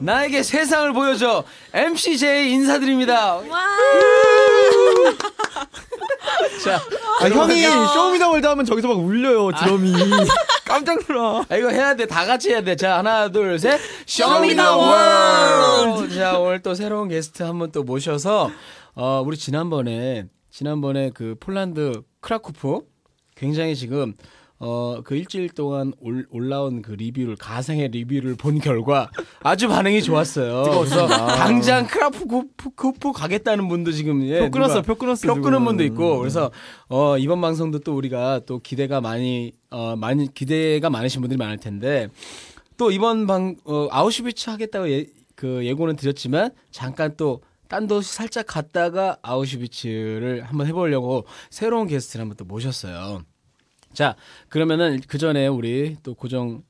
우리의 세상을 보여줘 MCJ 인사드립니다. 자, 아, 형이 쇼미더월드 하면 저기서 막 울려요 드럼이 깜짝 놀라 아, 이거 해야 돼. 다 같이 해야 돼. 자, 하나, 둘, 셋. Show me the world. 자, 오늘 또 새로운 게스트 한 분 또 모셔서, 어, 우리 지난번에, 지난번에 그 폴란드 크라쿠프 굉장히 지금, 어, 그 일주일 동안 올, 올라온 그 리뷰를, 가상의 리뷰를 본 결과 아주 반응이 좋았어요. 그래서 당장 크라쿠프 가겠다는 분도 지금, 예, 표 누가- 끊었어 표 음. 끊었어 표 지금. 끄는 분도 있고 그래서 어, 이번 방송도 또 우리가 또 기대가 많이 어, 많이 기대가 많으신 분들이 많을 텐데 또 이번 방 어, 아우슈비츠 하겠다고 예, 그 예고는 드렸지만 잠깐 또 딴 도시 살짝 갔다가 아우슈비츠를 한번 해보려고 새로운 게스트를 한번 또 모셨어요. 자 그러면은 그 전에 우리 또 고정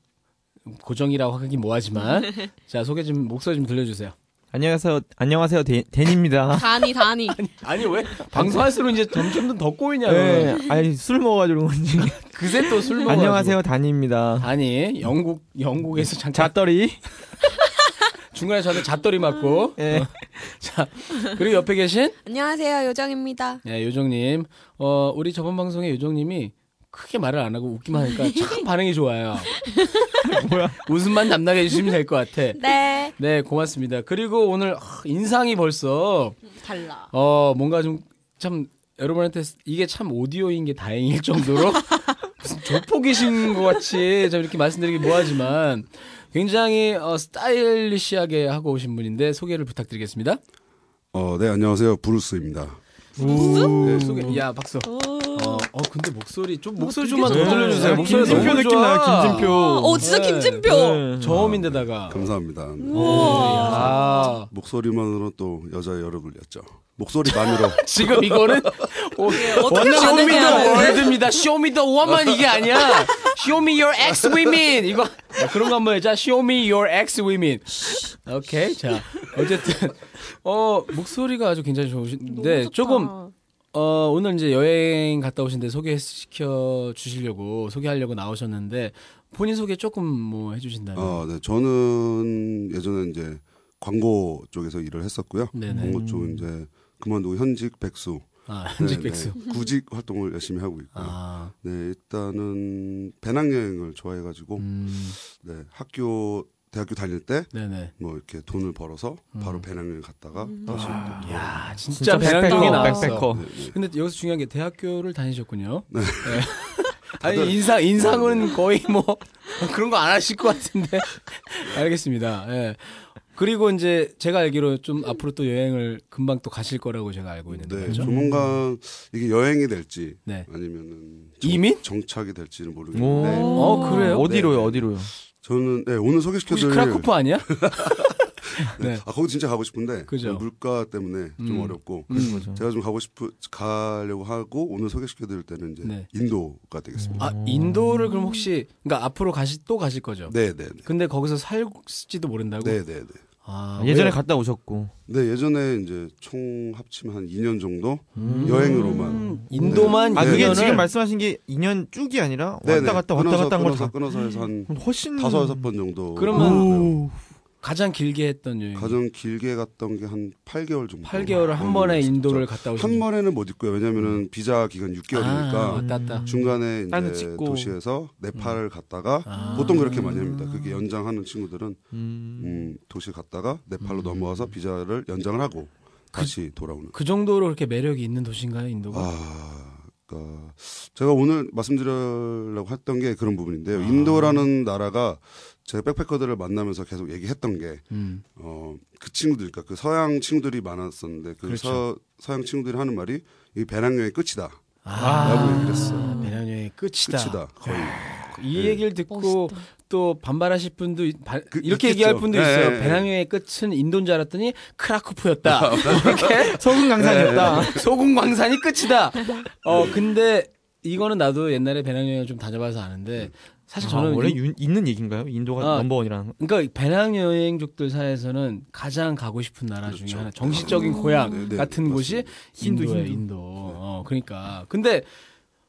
고정이라고 하긴 뭐하지만 자 소개 좀 목소리 좀 들려주세요. 안녕하세요 안녕하세요 데, 덴입니다 다니 다니 아니 왜 방송할수록 이제 점점 더 꼬이냐? 네, 아니 술 먹어가지고 그런지 그새 또 술 먹어. 안녕하세요 단입니다 아니 영국 영국에서 잠깐 잣더리 중간에 저한테 잣돌이 맞고 예. 자 그리고 옆에 계신 안녕하세요 요정입니다 네, 요정님 어 우리 저번 방송에 요정님이 크게 말을 안 하고 웃기만 하니까 참 반응이 좋아요. 뭐야? 웃음만 담당해 주시면 될 것 같아. 네 네 고맙습니다. 그리고 오늘 아, 인상이 벌써 달라 어 뭔가 좀 참 여러분한테 이게 참 오디오인 게 다행일 정도로 무슨 조폭이신 것 같이 좀 이렇게 말씀드리기 뭐하지만 굉장히 어, 스타일리시하게 하고 오신 분인데 소개를 부탁드리겠습니다. 어, 네, 안녕하세요. 브루스입니다. 네, 소개. 야 박수. 어, 어, 근데 목소리 좀 목소리 좀만 더 되게 좋아. 들려주세요. 네, 목소리 김진표 너무 느낌 좋아. 나요 김진표 오 어, 진짜 네. 그 김진표 네. 저음인데다가. 감사합니다. 아, 목소리만으로 또 여자의 여름을 였죠. 목소리만으로. 지금 이거는 오, 어떻게 네, 쇼미더 반응해야 돼 월드입니다. 쇼미더 워먼 이게 아니야. 쇼미 your ex women 이거 야, 그런 거 한번 해자. 쇼미 your ex women. 오케이 자 어쨌든 어 목소리가 아주 굉장히 네, 좋으신데 네, 조금 음. 어 오늘 이제 여행 갔다 오신데 소개시켜 주시려고 소개하려고 나오셨는데 본인 소개 조금 뭐 해주신다면. 어, 네, 저는 예전에 이제 광고 쪽에서 일을 했었고요. 네네. 광고 쪽 이제 그만두고 현직 백수. 아 네, 현직 백수. 네, 구직 활동을 열심히 하고 있고요. 아 네, 일단은 배낭여행을 좋아해가지고 음, 네, 학교 대학교 다닐 때 뭐 네네. 이렇게 돈을 벌어서 바로 배낭여행 갔다가 다시 또 음. 아, 야 진짜 진짜 배낭동이 백패커 나왔어. 백패커 네, 네. 근데 여기서 중요한 게 대학교를 다니셨군요. 네. 네. 아니 인상 인상은 거의 뭐 그런 거 안 하실 것 같은데 알겠습니다. 예. 그리고 이제 제가 알기로 좀 앞으로 또 여행을 금방 또 가실 거라고 제가 알고 있는데 네, 맞죠? 조만간 이게 여행이 될지 네. 아니면은 이민? 정착이 될지는 모르겠는데 오. 어 그래요? 어디로요 네. 어디로요 저는 네, 오늘 혹시 소개시켜드릴 크라쿠프 아니야? 네. 아 거기 진짜 가고 싶은데 그죠. 음. 물가 때문에 좀 어렵고 그런 거죠 제가 좀 가고 싶으 가려고 하고 오늘 소개시켜드릴 때는 이제 네. 인도가 되겠습니다. 아 인도를 그럼 혹시 그러니까 앞으로 가시 또 가실 거죠? 네네네. 근데 거기서 살지도 모른다고? 네네네. 아, 예전에 왜요? 갔다 오셨고 네 예전에 이제 총 합치면 한 2년 정도 음. 여행으로만. 인도만 아 그게 인연을- 지금 말씀하신 게 2년 쭉이 아니라 왔다 갔다 왔다 네, 끊어서, 갔다 한걸 끊어서 다 끊어서 해서 한 그럼 훨씬 다섯 여섯 번 음. 정도. 네, 그러면- 갔고요. 가장 길게 했던 여행. 가장 길게 갔던 게 한 8개월 정도. 예. 8개월을 한 번에 머물렀었죠. 인도를 갔다 오신 음. 한 번에는 못 있고요. 왜냐면은 비자 기간 아, 6개월이니까 왔다 갔다. 중간에 땅을 이제 찍고. 도시에서 네팔을 갔다가 아. 보통 그렇게 많이 합니다. 그게 연장하는 친구들은 음. 음, 도시 갔다가 네팔로 넘어와서 비자를 연장을 하고 다시 돌아오는. 음. 그 정도로 그렇게 매력이 있는 도시인가요, 인도가? 아, 그러니까 제가 오늘 말씀드리려고 했던 게 그런 부분인데요. 아. 인도라는 나라가 제가 백패커들을 만나면서 계속 얘기했던 게 음. 어, 그 친구들, 그러니까 그 서양 친구들이 많았었는데 그 그렇죠. 서, 서양 친구들이 하는 말이 이 배낭여행 끝이다. 라고 얘기를 했어요. 아, 배낭여행 끝이다. 끝이다. 거의. 예. 이 얘기를 듣고 또 반발하실 분도 있- 바- 그- 이렇게 있겠죠. 얘기할 분도 예, 있어요. 예, 아, 네. 예. 배낭여행 끝은 인도인 줄 알았더니 크라쿠프였다. 이렇게 소금 네, 네. 강산이었다 소금 광산이 끝이다. 어 근데 이거는 나도 옛날에 배낭여행을 좀 다녀봐서 아는데 사실 저는 아, 원래 인- 유- 있는 얘기인가요? 인도가 아, 넘버원이라는 거. 그러니까 배낭여행족들 사이에서는 가장 가고 싶은 나라 중에 그렇죠. 하나 정신적인 고향 네, 네, 같은 맞습니다. 네. 곳이 힌두, 인도예요, 힌두. 인도. 어, 그러니까 근데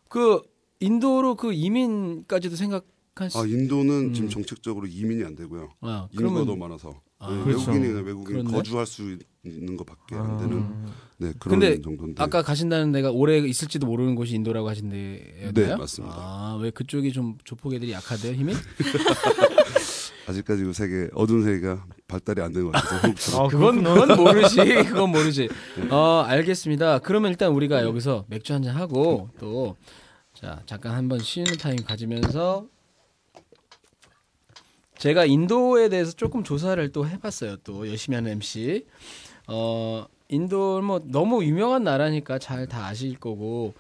그 인도로 그 이민까지도 생각할 수 아, 인도는 지금 정책적으로 이민이 안 되고요. 음. 아, 인구가 그러면 너무 많아서. 네, 그렇죠. 외국인이나 외국인 그렇네. 아. 거주할 수 있는 것밖에 안 네, 되는 아. 네, 그런 근데 정도인데. 아까 가신다는 데가 오래 있을지도 모르는 곳이 인도라고 하신대요. 네, 맞습니다. 아, 왜 그쪽이 좀 조폭애들이 약하대요, 힘이? 아직까지 그 세계 어두운 세계가 발달이 안 된 것 같아서 아, 그건 그렇구나. 그건 뭐 모르지. 그건 모르지. 어, 알겠습니다. 그러면 일단 우리가 여기서 맥주 한 잔 하고 또 자, 잠깐 한번 쉬는 타임 가지면서 제가 인도에 대해서 조금 조사를 또 해봤어요. 또 열심히 하는 MC. 어, 인도 뭐 너무 유명한 나라니까 잘 다 아실 거고.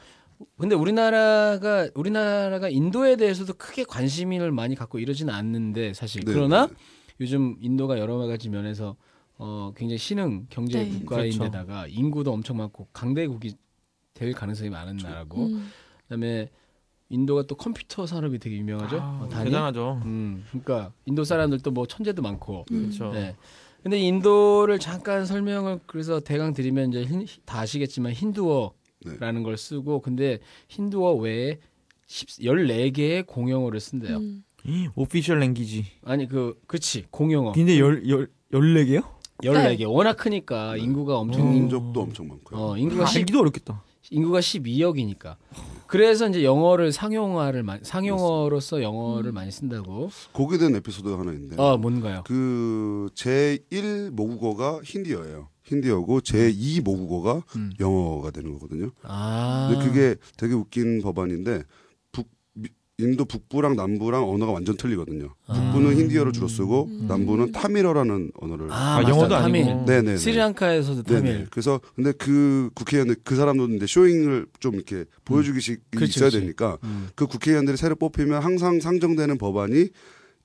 근데 우리나라가 우리나라가 인도에 대해서도 크게 관심을 많이 갖고 이러진 않는데 사실 네, 그러나 네. 요즘 인도가 여러 가지 면에서 어, 굉장히 신흥 경제 네. 국가인데다가 그렇죠. 인구도 엄청 많고 강대국이 될 가능성이 많은 뭐? 나라고 음. 그다음에 인도가 또 컴퓨터 산업이 되게 유명하죠. 어, 단위? 아, 대단하죠. 음, 그러니까 인도 사람들도 뭐 천재도 많고. 그렇죠. 네. 근데 인도를 잠깐 설명을 그래서 대강 드리면 이제 흰- 다 아시겠지만 힌두어라는 네. 걸 쓰고 근데 힌두어 외에 10, 14개의 공용어를 네. 쓴대요. 음. 오피셜 랭귀지. 아니 그 그렇지. 공용어. 근데 열열 열네 개요? 14개. 워낙 크니까 인구가 엄청 인, 인적도 엄청 많고요. 어, 인구가 10, 알기도 어렵겠다. 인구가 12억이니까. 그래서 이제 영어를 상용화를 마- 상용어로서 영어를 많이 쓴다고. 거기에 대한 에피소드가 하나 있는데 아, 뭔가요? 그 제1 모국어가 힌디어예요. 힌디어고 제2 모국어가 음. 영어가 되는 거거든요. 아. 근데 그게 되게 웃긴 법안인데 북 미- 인도 북부랑 남부랑 언어가 완전 틀리거든요. 아. 북부는 힌디어를 주로 쓰고 남부는 타밀어라는 언어를 음. 아, 아, 영어도 맞다. 아니고. 타밀. 네네 스리랑카에서도 네네. 타밀. 그래서 근데 그 국회의원 그 사람들은 이제 쇼잉을 좀 이렇게 보여주기식 음. 그치, 있어야 그치. 되니까 음. 그 국회의원들이 새로 뽑히면 항상 상정되는 법안이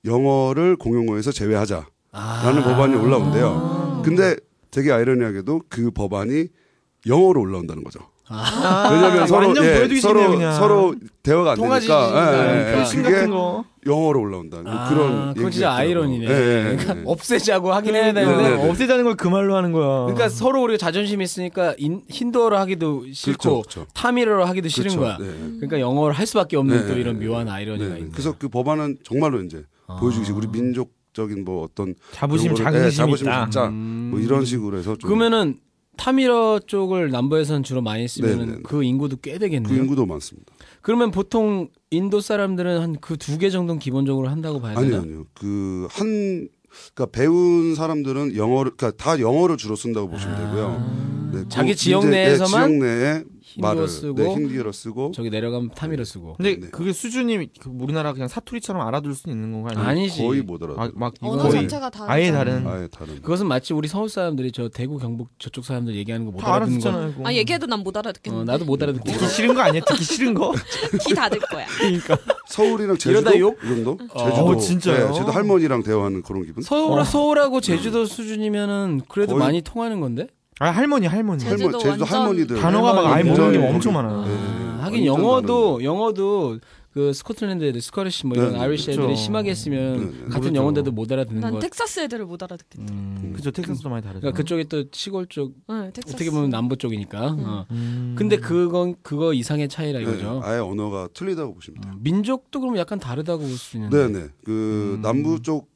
영어를 공용어에서 제외하자라는 아. 법안이 올라온대요. 근데 되게 아이러니하게도 그 법안이 영어로 올라온다는 거죠. 아. 왜냐면 서로 완전 예, 보여주기식이네요, 서로 그냥. 서로 대화가 안 통하지 되니까 예, 예, 예. 않으니까. 신 같은 그게 거. 영어로 올라온다. 는 아, 뭐 그런 그건 얘기가 진짜 있더라고요. 아이러니네. 예, 예, 예. 그러니까 없애자고 하긴 해야 되는데. 네, 어. 네, 네. 없애자는 걸 그 말로 하는 거야. 그러니까 서로 우리가 자존심이 있으니까 인, 힌두어로 하기도 싫고 그렇죠, 그렇죠. 타밀어로 하기도 싫은 그렇죠. 거야. 네, 네. 그러니까 영어를 할 수밖에 없는 네, 또 이런 네, 묘한 아이러니가 네, 있네. 아. 그래서 그 법안은 정말로 이제 보여주기식 우리 민족적인 뭐 어떤 자부심, 이런 거를- 자긍심이 예, 자부심 있다. 갖자 뭐 이런 식으로 해서 좀 음. 그러면은 타밀어 쪽을 남부에서는 주로 많이 쓰면은 네, 네, 네. 그 인구도 꽤 되겠네요. 그 인구도 많습니다. 그러면 보통 인도 사람들은 한 그 두 개 정도는 기본적으로 한다고 봐야 아니 되나? 아니요. 그 한 그러니까 배운 사람들은 영어를 그러니까 다 영어를 주로 쓴다고 보시면 되고요. 네, 그 아. 자기 지역 이제, 네, 내에서만 지역 내에 힌두어 말을 쓰고 네, 힌디어로 쓰고 저기 내려가면 타밀어 쓰고. 근데 네. 그게 수준이 그 우리나라 그냥 사투리처럼 알아들 수 있는 건가 아니면 아니지. 음, 음. 거의 뭐- 못 알아. 막, 막 언어 거의 자체가 다르죠. 아예 다른 아예 다른. 그것은 마치 우리 서울 사람들이 저 대구 경북 저쪽 사람들 얘기하는 거 못 다 알아듣는 거. 알아듣잖아요. 그거. 아 얘기해도 난 못 알아듣겠는데. 어, 나도 못 음. 알아듣고. 듣기 싫은 거 아니야? 듣기 싫은 거? 귀 닫을 거야. 그러니까 서울이랑 제주도 이러다 욕? 이 정도? 어. 제주도. 어, 진짜요? 네, 제주도 할머니랑 대화하는 그런 기분? 서울 어. 서울하고 제주도 수준이면은 그래도 음. 거의- 많이 통하는 건데. 아 할머니 할머니 제주도 할머- 제주도 완전- 할머니들 단어가 막 아예 할머니. 모르는 게 네. 엄청 아, 많아요. 하긴 완전 영어도 영어도 그 스코틀랜드 애들, 스커리시 뭐 이런 네, 네, 아이리시 그렇죠. 애들이 심하게 했으면 네, 네, 같은 모르죠. 영어인데도 못 알아듣는 난 거. 텍사스 애들을 못 알아듣겠다. 음. 그죠 텍사스도 많이 다르죠. 그러니까 그쪽이 또 시골 쪽 네, 텍사스. 어떻게 보면 남부 쪽이니까. 어. 음. 근데 그건 그거 이상의 차이라 네, 이거죠. 음, 아예 언어가 틀리다고 보시면 돼요. 민족도 그럼 약간 다르다고 볼 수 있는데. 네네. 그 음. 남부 쪽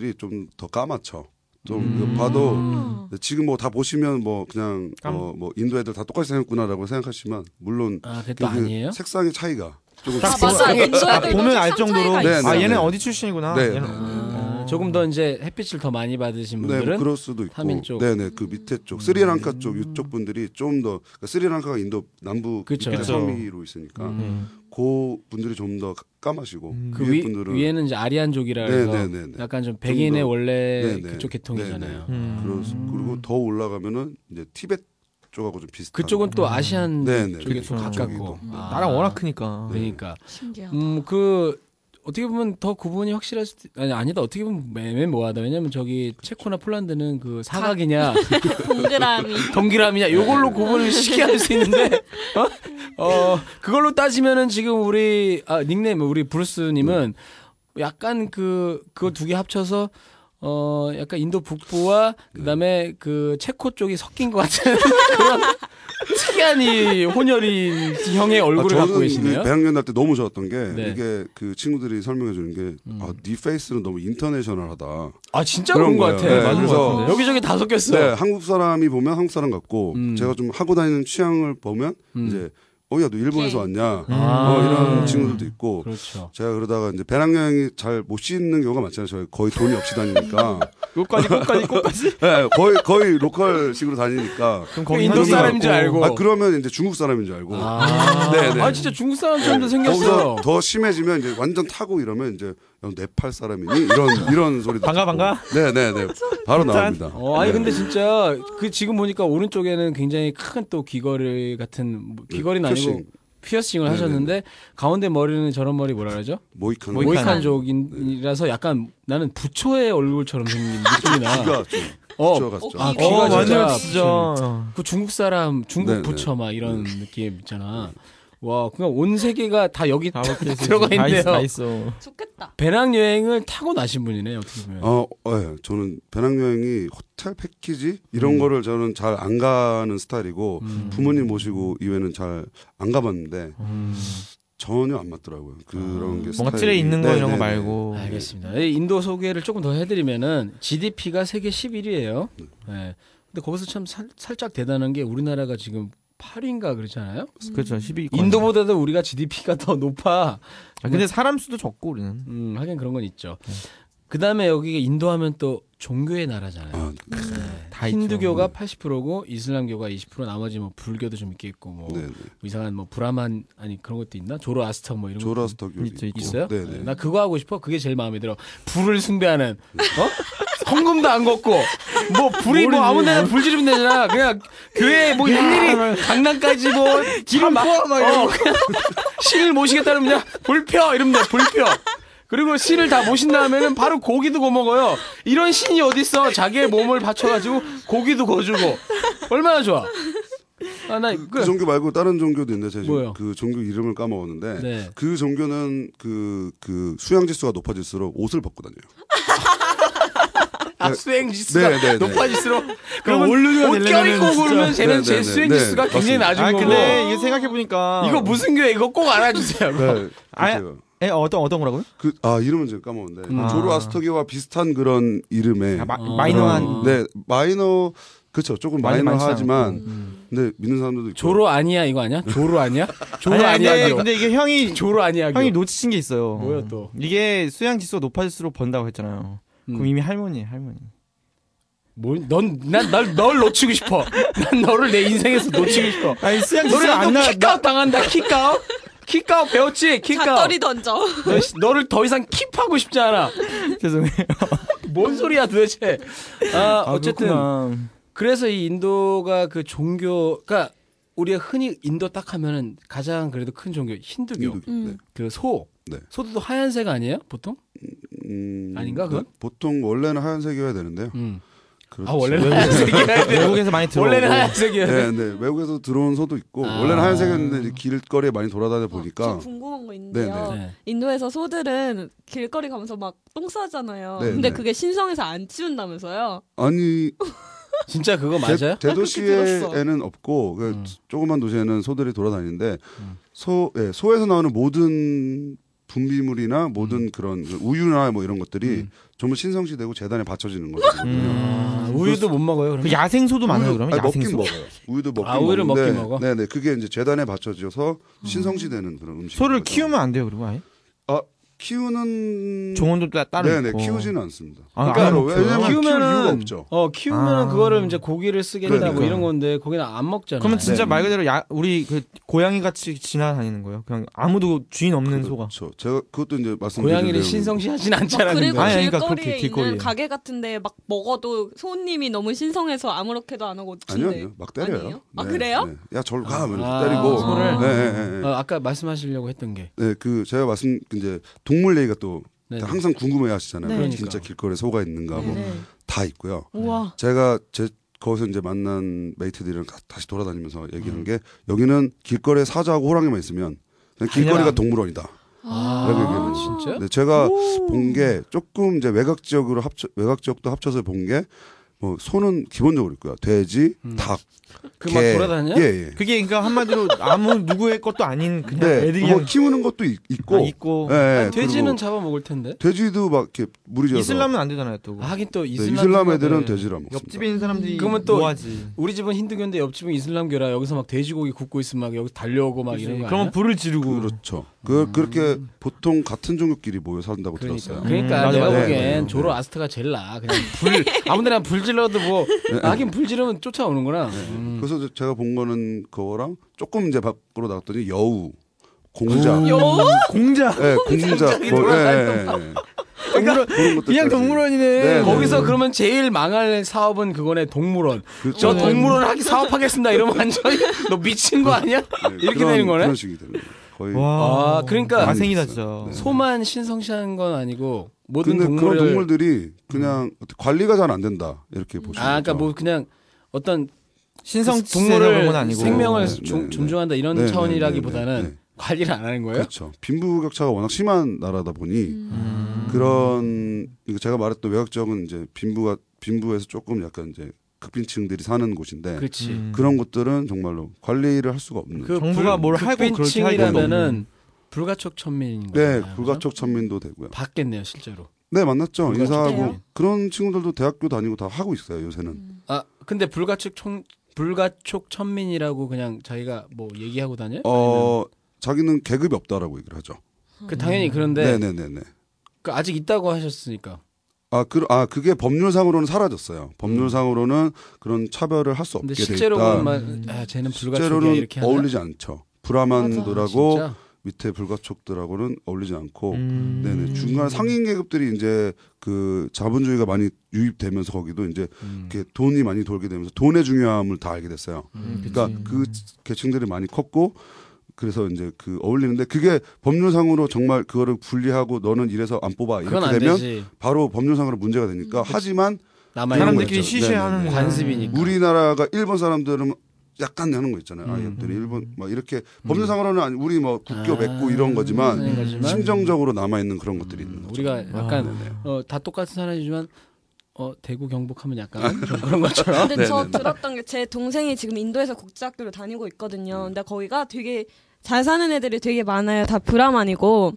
아이들이 좀 더 까맣죠. 좀그 음. 봐도 음. 아, 지금 뭐 다 보시면 뭐 그냥 깜- 어, 뭐 인도 애들 다 똑같이 생겼구나라고 생각하시지만 물론 아, 그게 그 또 아니에요? 색상의 차이가 조금 아, 있어요. 맞아. 아, 인도애들 보면 알 정도로 네, 아 네, 얘는 네. 어디 출신이구나. 네, 얘는 네. 아, 조금 더 이제 햇빛을 더 많이 받으신 네, 분들은 뭐 그럴 수도 있고. 타밀 쪽. 음. 네네, 그 밑에 쪽 스리랑카 쪽 이쪽 분들이 좀 더 그러니까 스리랑카가 인도 남부 그쵸. 음. 밑에 그쵸. 섬이로 있으니까 음. 그 분들이 좀 더 까마시고 그 위에 위, 분들은 위에는 이제 아리안족이라 해서 네, 네, 네, 네. 약간 좀 백인의 더- 원래 네, 네. 그쪽 계통이잖아요. 네, 음. 그러, 그리고 더 올라가면은 이제 티벳 쪽하고 좀 비슷한. 그쪽은 또 아시안 네, 네. 쪽에 그쵸. 좀 가깝고 그쪽이고. 아, 나랑 워낙 크니까. 그러니까 신기하다. 음 그 어떻게 보면 더 구분이 확실할 수도 아니 아니다 어떻게 보면 뭐 매매모하다 왜냐면 저기 체코나 폴란드는 그 사각이냐 동그라미. 동그라미냐 요걸로 구분을 쉽게 할 수 있는데 어? 어, 그걸로 따지면은 지금 우리 아 닉네임 우리 브루스님은 약간 그 그거 두 개 합쳐서 어 약간 인도 북부와 그다음에 그 체코 쪽이 섞인 것 같은 그런 특이한 이 혼혈인 형의 얼굴을 아, 갖고 저는 계시네요. 그 배학년 날 때 너무 좋았던 게 네. 음. 이게 그 친구들이 설명해 주는 게 아, 네 페이스는 너무 인터내셔널하다. 아 진짜 그런 그런 것 같아. 거예요. 네, 맞는 그래서 것 같은데. 여기저기 다 섞였어. 네, 한국 사람이 보면 한국 사람 같고 음. 제가 좀 하고 다니는 취향을 보면 이제 어야 너 일본에서 왔냐 아. 어, 이런 친구들도 있고 그렇죠. 제가 그러다가 이제 배낭여행이 잘 못 씻는 경우가 많잖아요. 저희 거의 돈이 없이 다니니까 끝까지 끝까지 끝까지. 네, 거의 거의 로컬식으로 다니까 그럼 그 인도 한국인 사람인 줄 알고. 아 그러면 이제 중국 사람인 줄 알고 아, 네, 네. 아, 진짜 중국 사람처럼 생겼어. 거기서 더 심해지면 이제 완전 타고 이러면 이제 야, 네팔 사람이니 이런 이런 소리 반가, 반가? 네네네 바로 나옵니다. 어, 아니 네. 근데 진짜 그 지금 보니까 오른쪽에는 굉장히 큰 또 귀걸이 같은 뭐, 네, 귀걸이는 아니고 피어싱. 피어싱을 네, 하셨는데 가운데 머리는 저런 머리 뭐라 그러죠? 모이칸 모이칸. 모이칸족이라서 음, 약간 나는 부초의 얼굴처럼 생긴 아, 느낌이나. 귀가 아, 좀 어, 붙여갔죠. 어, 아, 어, 귀가 어, 진짜 완전 부처네. 진짜. 그 중국 사람 중국 음. 네, 네. 부처 막 이런 느낌 있잖아. 와, 그냥 온 세계가 다 여기 다 이렇게 있어, 들어가 다 있어, 뭐 다 있네요. 있어. 좋겠다. 배낭 여행을 타고 나신 분이네 어떻게 보면. 어, 어, 예. 저는 배낭여행이 호텔 패키지 이런 거를 저는 잘 안 가는 스타일이고 음. 부모님 모시고 이외는 잘 안 가봤는데 전혀 안 맞더라고요. 그런 게 뭔가 스타일이- 틀에 있는 거 네, 이런 거 네, 네. 말고. 예. 알겠습니다. 이 인도 소개를 조금 더 해드리면은 GDP가 세계 11위예요. 네. 근데 거기서 참 살, 살짝 대단한 게 우리나라가 지금 8위인가 그렇잖아요. 그렇죠. 12. 인도보다도 뭐- 우리가 GDP가 더 높아. 아, 근데 사람 수도 적고 우리는. 음, 하긴 그런 건 있죠. 그 다음에 여기 인도하면 또 종교의 나라잖아요. 네. 아, 다 힌두교가 80%고 이슬람교가 20% 나머지 뭐 불교도 좀 있게 있고 뭐 네, 네. 이상한 뭐 브라만 아니 그런 것도 있나 조로아스터 뭐 이런 거 조라스터 교리 있죠, 있죠. 있어요? 네, 네. 나 그거 하고 싶어. 그게 제일 마음에 들어. 불을 숭배하는. 어? 헌금도 안 걷고 뭐 불이 뭐 아무데나 불 지르면 되잖아. 그냥 교회 뭐 일일이 강남까지 뭐 기름 부어 막 어, 그냥 신을 모시겠다면 그냥 불펴 이러면 돼. 불펴. 그리고 신을 다 모신 다음에는 바로 고기도 구워 먹어요. 이런 신이 어딨어? 자기의 몸을 바쳐가지고 고기도 구워주고 얼마나 좋아. 아나그 그 종교 말고 다른 종교도 있는데 제가 뭐예요? 지금 그 종교 이름을 까먹었는데 네. 그 종교는 그, 그 수양 지수가 높아질수록 옷을 벗고 다녀요. 아 수행 지수가 네, 네, 네. 높아질수록 그럼 올류가 옷 되려면은 껴입고 진짜- 그러면 쟤는 네, 제 네, 수행 네, 네. 지수가 굉장히 맞습니다. 낮은 아 거고 근데 이게 생각해 보니까 이거 무슨 교회 이거 꼭 알아주세요. 그거. 네. 아, 그래서 에 어떤 어떤 거라고요? 그, 아, 이름은 제가 까먹었는데. 아. 조로아스터교와 비슷한 그런 이름의. 아, 마, 어. 마이너한 네, 마이너. 그쵸, 조금 많이 많이 마이너하지만. 근데 믿는 사람들도 음. 있고. 조로 아니야 이거 아니야? 조로 아니야? 조로 아니, 아니야? 아니, 근데, 이거. 근데 이게 형이 조로 아니야? 이거. 형이 놓치신 게 있어요. 뭐야, 또? 이게 수양 지수가 높아질수록 번다고 했잖아요. 그럼 이미 할머니 할머니. 뭘- 뭐, 넌, 난, 날, 널 놓치고 싶어. 난 너를 내 인생에서 놓치고 싶어. 아니 수양 지수가 너를 또 안 나. 킥아웃 당한다, 킥아웃? 킥아웃 배웠지? 킥아웃. 잣떨이 던져. 너 씨, 너를 더 이상 킵하고 싶지 않아. 죄송해요. 뭔 소리야 도대체. 아, 어쨌든. 그렇구나. 그래서 이 인도가 그 종교가 그러니까 우리가 흔히 인도 딱 하면은 가장 그래도 큰 종교 힌두교 힌두교. 음. 네. 그 소 네. 소도 하얀색 아니에요 보통? 음, 아닌가, 그건? 네, 보통 원래는 하얀색이어야 되는데. 음. 그렇죠. 아 원래는 하얀색이야. 외국에서 많이 들어. 원래는 하얀색이야. 네, 네. 외국에서 들어온 소도 있고, 아. 원래는 하얀색이었는데 이제 길거리에 많이 돌아다녀 보니까. 저 궁금한 거 있는데요. 네. 인도에서 소들은 길거리 가면서 막 똥 싸잖아요. 네, 근데 네. 그게 신성에서 안 치운다면서요? 아니, 진짜 그거 맞아요? 제, 그렇게 들었어. 도시에는 없고 그 음. 조그만 도시에는 소들이 돌아다니는데 소 예, 소에서 나오는 모든 분비물이나 모든 그런 그 우유나 뭐 이런 것들이 전부 신성시되고 재단에 받쳐지는 거거든요. 아, 우유도 못 먹어요 그러면? 그 야생소도 많아요 그러면 아니, 먹긴 야생소. 먹어요. 우유도 먹긴 아, 우유를 먹는데, 먹긴 먹어? 네네 그게 이제 재단에 받쳐져서 신성시되는 그런 음식. 소를 키우면 안 돼요 그리고 아예. 아 키우는 종원도 따- 따로 음. 네네 있고. 키우지는 않습니다. 아, 그러니까 안 먹죠. 왜냐면 키울 이유가 키우면은 없죠. 어 키우면은 아. 그거를 이제 고기를 쓰겠다고 뭐 그러니까. 이런 건데 거기는 안 먹잖아요. 그러면 진짜 네. 말 그대로 야, 우리 그 고양이 같이 지나다니는 거예요. 그냥 아무도 주인 없는 소가. 그렇죠. 제가 그것도 이제 말씀드린 네. 고양이를 내용이고. 신성시하진 않잖아요. 그리고 아니, 아니, 길거리에 그러니까 그렇게 있는 길거리에. 가게 같은데 막 먹어도 손님이 너무 신성해서 아무렇게도 안 하고 친대. 아니요, 아니요. 막 때려요. 네. 아니에요? 아, 네, 그래요? 네. 야, 절로 가! 이렇게 아, 때리고. 소를? 네, 네, 네. 어, 아까 말씀하시려고 했던 게 네, 그 제가 말씀 이제 동물 얘기가 또 네. 항상 궁금해 하시잖아요. 네. 그러니까. 그러니까. 진짜 길거리에 소가 있는가 뭐 네. 다 있고요. 우와. 제가 제 거기서 이제 만난 메이트들이랑 가- 다시 돌아다니면서 음. 얘기하는 게 여기는 길거리에 사자하고 호랑이만 있으면 그냥 길거리가 아니야. 동물원이다. 네, 라고 아, 얘기하는 진짜? 네, 제가 본 게 조금 이제 외곽 지역으로 합쳐 외곽 지역도 합쳐서 본 게 뭐 소는 기본적으로 있고요. 돼지, 닭, 음. 그 막 개. 돌아다녀? 예, 예. 그게 그러니까 한마디로 아무 누구의 것도 아닌 그냥 네, 애들이 그거 그냥 키우는 것도 있, 아, 고 있고 예, 예, 돼지는 그리고 잡아먹을 텐데. 돼지도 막 이렇게 무리져서 이슬람은 안 되잖아요 또. 아, 하긴 또 네, 이슬람, 이슬람, 애들은 돼지를 안 먹습니다. 옆집에 있는 사람들이 그러면 또 뭐하지? 우리 집은 힌두교인데 옆집은 이슬람교라 여기서 막 돼지고기 굽고 있으면 막 여기 달려오고 막 이런 거 아니야? 그러면 불을 지르고 그렇죠. 그 그렇게 보통 같은 종교끼리 모여 산다고 그러니까, 들었어요. 그러니까 음, 맞아, 내가 맞아. 보기엔 네, 맞아요. 조로 아스트가 제일 나. 그냥 불 아무데나 불 질러도 뭐 네, 하긴 불 지르면 쫓아오는구나. 음. 그래서 저- 제가 본 거는 그거랑 조금 이제 밖으로 나갔더니 여우, 공작, 여우? 공자 예, 공작, 공작이 뭐, 예, 예, 돌아다니던 예. 그러니까 그런 것들까지. 그냥 동물원이네. 네, 네. 거기서 그러면 제일 망할 사업은 그거네 동물원. 그- 저 네. 동물원 하기 사업하겠습니다. 이러면 완전히 너 미친 거 아니야? 네, 이렇게 그런- 되는 거네. 그런 식이 되는 거예요. 거의 아, 그러니까- 야생이다 진짜. 네. 소만 신성시한 건 아니고 모든 근데 동물을 음. 그런 동물들이 그냥 어떻게 관리가 잘 안 된다 이렇게 보시면 아 그러니까 뭐 그냥 어떤 신성 그 동물을 동물은 아니고 생명을 네, 존- 네, 네. 존중한다 이런 네, 네, 차원이라기보다는 네, 네, 네. 관리를 안 하는 거예요? 그렇죠. 빈부격차가 워낙 심한 나라다 보니 음. 그런 이거 제가 말했던 외곽 지역은 이제 빈부가 빈부에서 조금 약간 이제 극빈층들이 사는 곳인데 그렇지. 음. 그런 것들은 정말로 관리를 할 수가 없는. 그렇죠. 그 정부가 불- 뭘 하고 그렇게 하기도 극빈층이라면은 하고. 불가촉 천민인 네, 거예요. 불가촉 천민도 되고요. 받겠네요 실제로. 네, 만났죠. 음. 불가촉 인사하고 천민. 그런 친구들도 대학교 다니고 다 하고 있어요 요새는. 아 근데 불가촉 총 불가촉 천민이라고 그냥 자기가 뭐 얘기하고 다녀요? 네. 어 자기는 계급이 없다라고 얘기를 하죠. 그 당연히 그런데 네, 네, 네, 네. 그 아직 있다고 하셨으니까. 아, 그, 아, 그게 법률상으로는 사라졌어요. 법률상으로는 그런 차별을 할 수 없게 근데 돼 실제로만 있다. 음. 아, 쟤는 불가촉이야 실제로는 이렇게 하나? 어울리지 않죠. 브라만도라고 진짜? 밑에 불가촉들하고는 어울리지 않고 음. 네네 중간 상인 계급들이 이제 그 자본주의가 많이 유입되면서 거기도 이제 음. 이렇게 돈이 많이 돌게 되면서 돈의 중요함을 다 알게 됐어요. 음, 그치. 그러니까 그 계층들이 많이 컸고 그래서 이제 그 어울리는데 그게 법률상으로 정말 그거를 분리하고 너는 이래서 안 뽑아 그건 안 이렇게 되면 되지. 바로 법률상으로 문제가 음, 되니까 하지만 남아 있는 사람들끼리 사람들끼리 거였죠. 시시하는 네네네. 관습이니까. 우리나라가 일본 사람들은 약간 하는 거 있잖아요. 음, 아, 얘들이 일본 막 이렇게 법률상으로는 아니 우리 뭐 국교 맺고 이런 거지만 심정적으로 남아 있는 그런 것들이 있는 거죠. 음, 아, 우리가 네. 약간 어, 다 똑같은 사람이지만 어, 대구 경북하면 약간 좀 그런 것처럼. 근데 네, 저 들었던 게 제 동생이 지금 인도에서 국제학교를 다니고 음. 있거든요. 근데 거기가 되게 잘 사는 애들이 되게 많아요. 다 브라만이고.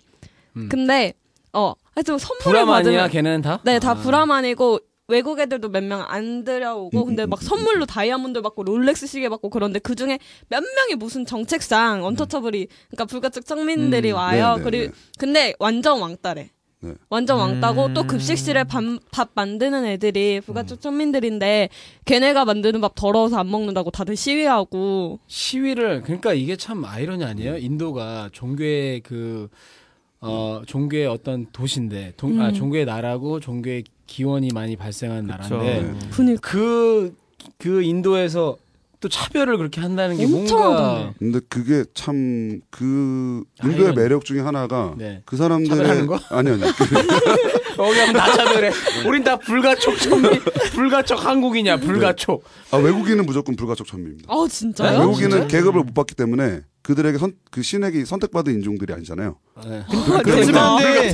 음. 근데 어 하여튼 선물을 불화만이야 받으면 걔네는 다? 네, 다 아. 브라만이고 외국 애들도 몇 명 안 들여오고 음, 근데 막 선물로 다이아몬드 받고 롤렉스 시계 받고 그런데 그 중에 몇 명이 무슨 정책상 언터처블이 그러니까 불가측 청민들이 음, 와요. 네, 네, 그리고 네. 근데 완전 왕따래. 네. 완전 왕따고 음. 또 급식실에 밥, 밥 만드는 애들이 음. 불가촉 천민들인데 걔네가 만드는 밥 더러워서 안 먹는다고 다들 시위하고 시위를 그러니까 이게 참 아이러니 아니에요? 인도가 종교의 그 어, 종교의 어떤 도시인데 동, 아, 음. 종교의 나라고 종교의 기원이 많이 발생한 나라인데 네. 분위기 그, 그 인도에서 또 차별을 그렇게 한다는 게 엄청 뭔가 하던데. 근데 그게 참 그 인도의 아이러니. 매력 중에 하나가 네. 그 사람들의 차별하는 거? 아니 아니 그, 여기 하면 다 차별해. 우린 다 불가촉 천민, 불가촉 한국이냐 불가촉. 아, 외국인은 무조건 불가촉 천민입니다. 아 네? 진짜요? 외국인은 진짜요? 계급을 못 받기 때문에 그들에게 선, 그 신에게 선택받은 인종들이 아니잖아요. 네. 그렇지만 네, 네.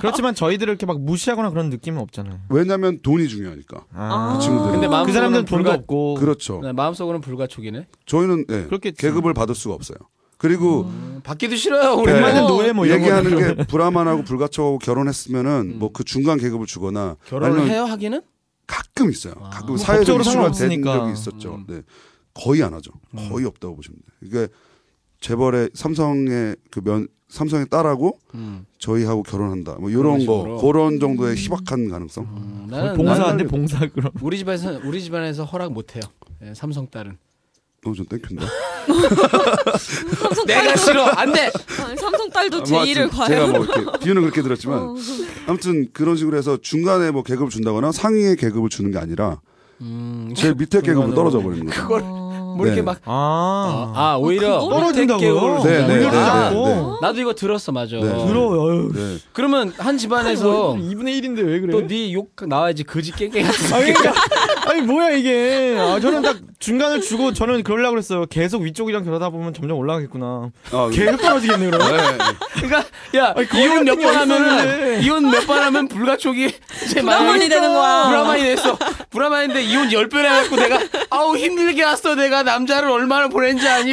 그렇지만 저희들을 이렇게 막 무시하거나 그런 느낌은 없잖아요. 왜냐하면 돈이 중요하니까. 아, 그 친구들은. 근데 마음속으로는 그 사람들은 돈도 불가- 없고 그렇죠. 네, 마음속으로는 불가촉이네. 저희는 예, 그렇겠죠. 계급을 받을 수가 없어요. 그리고 음, 받기도 싫어요. 우리 네. 얼마나 노예 뭐 이런 음. 얘기하는 거. 게 불화만하고 불가촉하고 결혼했으면은 뭐 그 중간 계급을 주거나 결혼을 아니면 해요 하기는? 가끔 있어요. 아. 가끔 뭐 사회적 법적으로 이슈가 된 상관없으니까. 음. 적이 있었죠. 음. 네. 거의 안 하죠. 거의 없다고 보시면 돼요. 그러니까 재벌의 삼성의 그 면 삼성의 딸하고 저희하고 결혼한다. 뭐 그런 이런 식으로. 거 그런 정도의 희박한 가능성. 음, 거의 나는 봉사인데 나는 봉사 그런. 우리 집에서 우리 집안에서 허락 못 해요. 네, 삼성 딸은. 너무 좀 땡큐인데. 삼성 딸 내가 싫어. 안 돼. 아니, 삼성 딸도 뭐 하여튼 제2를 제가 과연 뭐 이렇게 비유는 그렇게 들었지만 어. 아무튼 그런 식으로 해서 중간에 뭐 계급을 준다거나 상위의 계급을 주는 게 아니라 음. 제일 밑에 계급으로 떨어져 버리는 거죠. 그걸 뭐 이렇게 네. 막 아, 아, 아 오히려 그거를- 밑에 계급을 떨어진다고요. 네, 네, 준다고. 네, 네, 아, 네. 나도 이거 들었어. 맞아. 네. 들어요. 네. 그러면 한 집안에서 뭐, 2분의 1인데 왜 그래? 또 네 욕 나와야지 거지 깨깨. 아니, 그러니까, 아니 아니 뭐야 이게. 아 저는 딱 중간을 주고 저는 그러려고 그랬어요. 계속 위쪽이랑 결하다 보면 점점 올라가겠구나. 아, 네. 계속 떨어지겠네 그럼. 그러니까 야 아니, 거기 이혼 몇 같은 게 번 어딨었는데. 하면은 이혼 몇 번 하면 불가촉이 제 브라만이 되는 거야. 브라만이 됐어. 브라만인데 이혼 열 번 해갖고 내가 아우 힘들게 왔어 내가 남자를 얼마나 보낸지 아니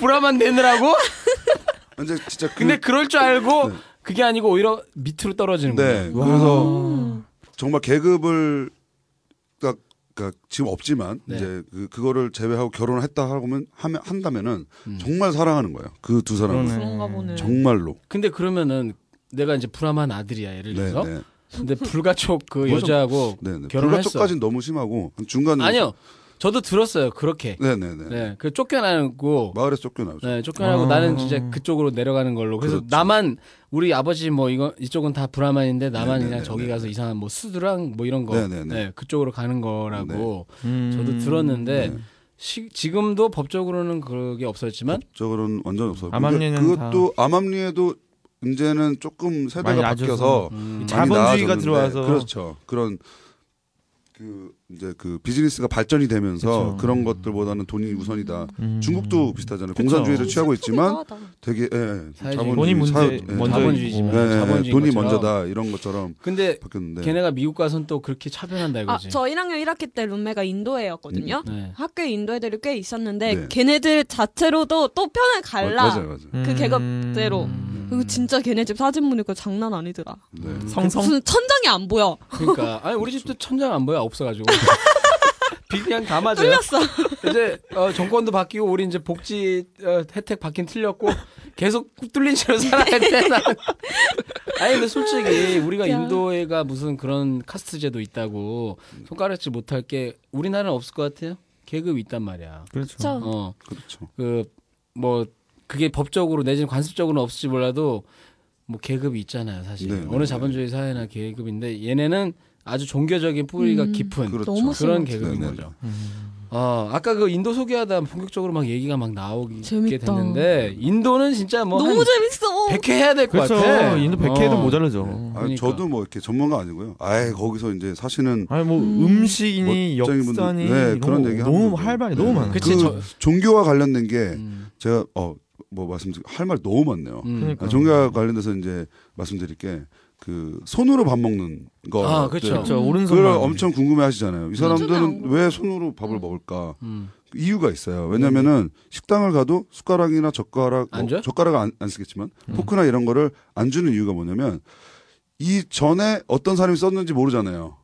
브라만 되느라고. 이제 진짜 그, 근데 그럴 줄 알고 그게 아니고 오히려 밑으로 떨어지는 네. 거예요. 그래서 정말 계급을 그러니까, 그러니까 지금 없지만 네. 이제 그, 그거를 제외하고 결혼을 했다 하면 하면 한다면은 음. 정말 사랑하는 거예요. 그 두 사람은 그러네. 그런가 보네. 정말로. 근데 그러면은 내가 이제 브라만 아들이야 예를 네, 들어서. 네. 근데 불가촉 그 뭐죠? 여자하고 네, 네. 결혼했어. 불가촉까지는 너무 심하고 중간에 아니요. 저도 들었어요. 그렇게. 네, 네, 네. 네. 그 쫓겨나고 마을에서 쫓겨나죠. 네, 쫓겨나고 아. 나는 진짜 그쪽으로 내려가는 걸로. 그래서 그렇죠. 나만 우리 아버지 뭐 이거 이쪽은 다 브라만인데 나만 네네네, 그냥 저기 네네. 가서 이상한 뭐 수두랑 뭐 이런 거. 네네네. 네, 그쪽으로 가는 거라고 음. 저도 들었는데 네. 시- 지금도 법적으로는 그게 없어졌지만 저거는 완전 없어요. 암암리는 근데 그것도 암암리에도 이제는 조금 많이 세대가 낮아서. 바뀌어서 음, 많이 자본주의가 나아졌는데, 들어와서. 그렇죠. 그런 그 이제 그 비즈니스가 발전이 되면서 그렇죠. 그런 것들보다는 돈이 우선이다. 음. 중국도 비슷하잖아요. 그쵸. 공산주의를 취하고 있지만 신기하다. 되게 예, 예, 사회주의. 자본주의, 돈이 문제 사회- 예, 먼저 음, 자본주의지만 예, 예, 자본주의인 돈이 것처럼. 먼저다 이런 것처럼 근데 바뀌었는데 어, 걔네가 미국 가선 또 네, 그렇게 차별한다 아, 이거지. 저 1학년 1학기 때 룸메가 인도애였거든요. 네. 학교에 인도 애들이 꽤 있었는데 네. 걔네들 자체로도 또 편을 갈라. 어, 맞아요, 맞아요. 음. 그 계급대로. 그리고 진짜 걔네 집 사진 보니까 장난 아니더라. 네. 성성. 무슨 천장이 안 보여. 그러니까 아니 우리 집도 천장 안 보여 없어가지고 비 그냥 다 맞아요. 뚫렸어. 이제 어, 정권도 바뀌고 우리 이제 복지 어, 혜택 받긴 틀렸고 계속 뚫린 채로 살아야 돼. 나는. 아니 근데 솔직히 우리가 야. 인도에가 무슨 그런 카스트제도 있다고 손가락질 못할 게 우리나라는 없을 것 같아요. 계급이 있단 말이야. 그렇죠. 어, 그렇죠. 그 뭐 그게 법적으로 내지는 관습적으로는 없을지 몰라도 뭐 계급이 있잖아요, 사실. 네, 네, 어느 네. 자본주의 사회나 계급인데 얘네는 아주 종교적인 뿌리가 음. 깊은 그렇죠. 그런 너무 심한 계급인 네네. 거죠. 음. 어, 아까 그 인도 소개하다 본격적으로 막 얘기가 막 나오게 재밌다. 됐는데 인도는 진짜 뭐 너무 한 재밌어. 100회 해야 될 것 그렇죠. 같아. 인도 100회도 어. 모자르죠. 아, 그러니까. 저도 뭐 이렇게 전문가 아니고요. 아예 거기서 이제 사시는 아니 뭐 음. 식이니 멋쟁이 분들. 역사니 네, 이런 그런 거 얘기 너무 하는데도. 할반이 네. 너무 많아. 그치, 그 저- 종교와 관련된 게 음. 제가 어 뭐 말씀드릴 할 말 너무 많네요. 음. 그러니까. 아, 종교와 관련돼서 이제 말씀드릴 게 그 손으로 밥 먹는 거. 네. 아, 그쵸. 그렇죠. 오른손. 그걸 엄청 궁금해 하시잖아요. 이 손으로. 사람들은 왜 손으로 밥을 먹을까? 음. 그 이유가 있어요. 왜냐면은 식당을 가도 숟가락이나 젓가락, 뭐 안 줘요? 음. 젓가락은 안, 안 쓰겠지만 포크나 이런 거를 안 주는 이유가 뭐냐면 이 전에 어떤 사람이 썼는지 모르잖아요.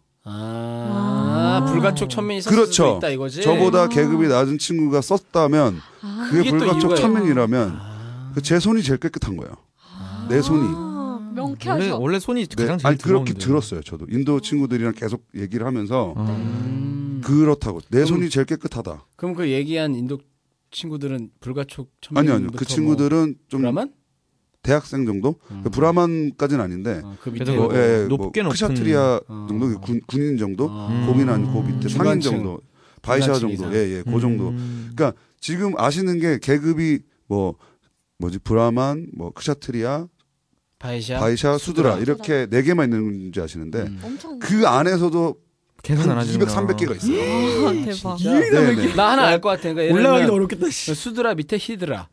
아, 아. 불가촉 천민이 쓸 그렇죠. 수도 있다 이거지. 저보다 아. 계급이 낮은 친구가 썼다면 아, 그게 이게 또 이유가 불가촉 천민이라면 아. 그 제 손이 제일 깨끗한 거예요. 내 손이. 아, 원래, 명쾌하셔. 원래 손이 네, 가장 제일 아니 그렇게 더러운데. 들었어요. 저도 아. 인도 친구들이랑 계속 얘기를 하면서 음. 그렇다고 내 그럼- 손이 제일 깨끗하다. 그럼 그 얘기한 인도 친구들은 불가촉 뭐 천민 아니 아니요. 그 친구들은 좀 브라만? 음. 대학생 정도? 그 브라만까지는 아닌데 어, 그 그래도 밑에 뭐, 예, 높게 뭐 높은- 크샤트리아 어. 정도 그 군, 군인 정도 어. 고민 아니고 밑에 상인 중간층. 정도 바이샤 중간층 이상. 정도 예예 그 정도 음. 그러니까 지금 아시는 게 계급이 뭐 뭐지 브라만 뭐 크샤트리아 바이샤. 바이샤 수드라 수드라. 이렇게 네 개만 있는지 아시는데 음. 엄청 그 안에서도 계속 한 나눠지는구나. 200, 300개가 있어요. 아, 대박. 진짜? 네, 네. 나 하나 알 것 같아. 그러니까 예를 올라가기도 들면 어렵겠다. 수드라 밑에 히드라.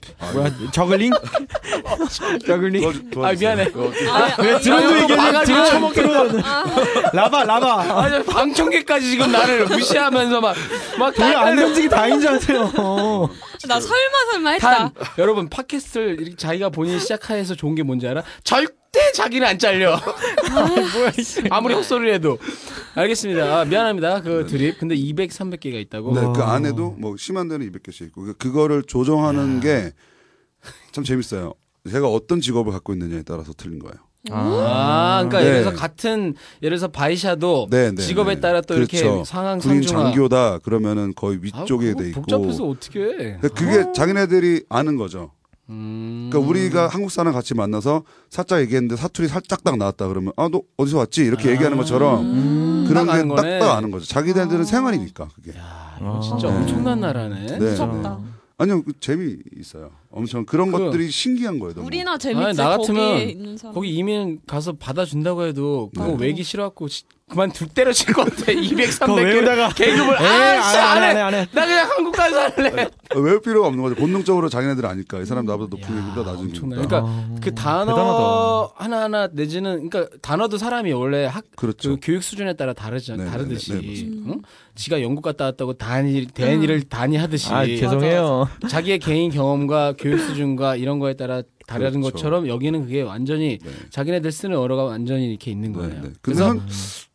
아, 뭐야 저글링? 저글링. 뭐, 아 미안해. 왜 드론도 아, 얘기하냐? 막아, 드론 막아. 처먹기로. 라바 라바. 아니 방청객까지 지금 나를 무시하면서 막막 돈이 안 던지기 다인 줄 아세요. 어. 나 설마 설마 했다. 단 여러분 팟캐스트를 이렇게 자기가 본인이 시작해서 좋은 게 뭔지 알아? 절대 자기는 안 잘려. 아, 뭐야 이게. 아무리 헛소리를 해도. 알겠습니다. 아, 미안합니다. 그 드립. 근데 200, 300개가 있다고. 네, 그 와. 안에도 뭐 심한 데는 200개씩 있고 그- 그거를 조정하는 게 참 재밌어요. 제가 어떤 직업을 갖고 있느냐에 따라서 틀린 거예요. 아, 그러니까 네. 예를 들어서 같은 예를 들어서 바이샤도 네, 네, 직업에 네. 따라 또 이렇게 그렇죠. 상황 군인 상중하. 장교다 그러면은 거의 아, 아우, 위쪽에 그거 돼 있고. 복잡해서 어떻게 해? 근데 그러니까 그게 자기네들이 아는 거죠. 음. 그러니까 우리가 한국 사람 같이 만나서 살짝 얘기했는데 사투리 살짝 딱 나왔다 그러면 아 너 어디서 왔지 이렇게 얘기하는 것처럼 음. 그런 딱 아는 게 거네. 딱딱 아는 거죠. 자기네들은 생활이니까 그게. 야, 이거 아. 진짜 네. 엄청난 나라네. 네, 무섭다. 아니요 그 재미 있어요. 엄청 그런 그- 것들이 신기한 거예요. 너무. 우리나 재밌지 아니, 나 같으면 거기 있는 사람. 거기 이민 가서 받아준다고 해도 그거 네. 외기 싫어갖고 지- 그만 둘 때려칠 것 같아. 200, 300 그거 외우다가 계급을 에이, 아, 진짜 안 해, 안 안해. 해, 안 해. 나 그냥 한국 가서 할래. 네. 아, 외울 필요가 없는 거죠. 본능적으로 자기네들 아니까 이 사람 나보다 높은 얘기보다 낮은 얘기다. 엄청나요. 그러니까 어. 그 단어 하나 하나 내지는 그러니까 단어도 사람이 원래 학 그 그렇죠. 교육 수준에 따라 다르지 네, 네, 다르듯이 네, 네, 응? 지가 영국 갔다 왔다고 단일 음. 대인이를 단위 하듯이 아 죄송해요. 자기의 개인 경험과 교육 수준과 이런 거에 따라 다른 그렇죠. 것처럼 여기는 그게 완전히 네. 자기네들 쓰는 언어가 완전히 이렇게 있는 네, 거예요. 네. 근데, 그래서 한,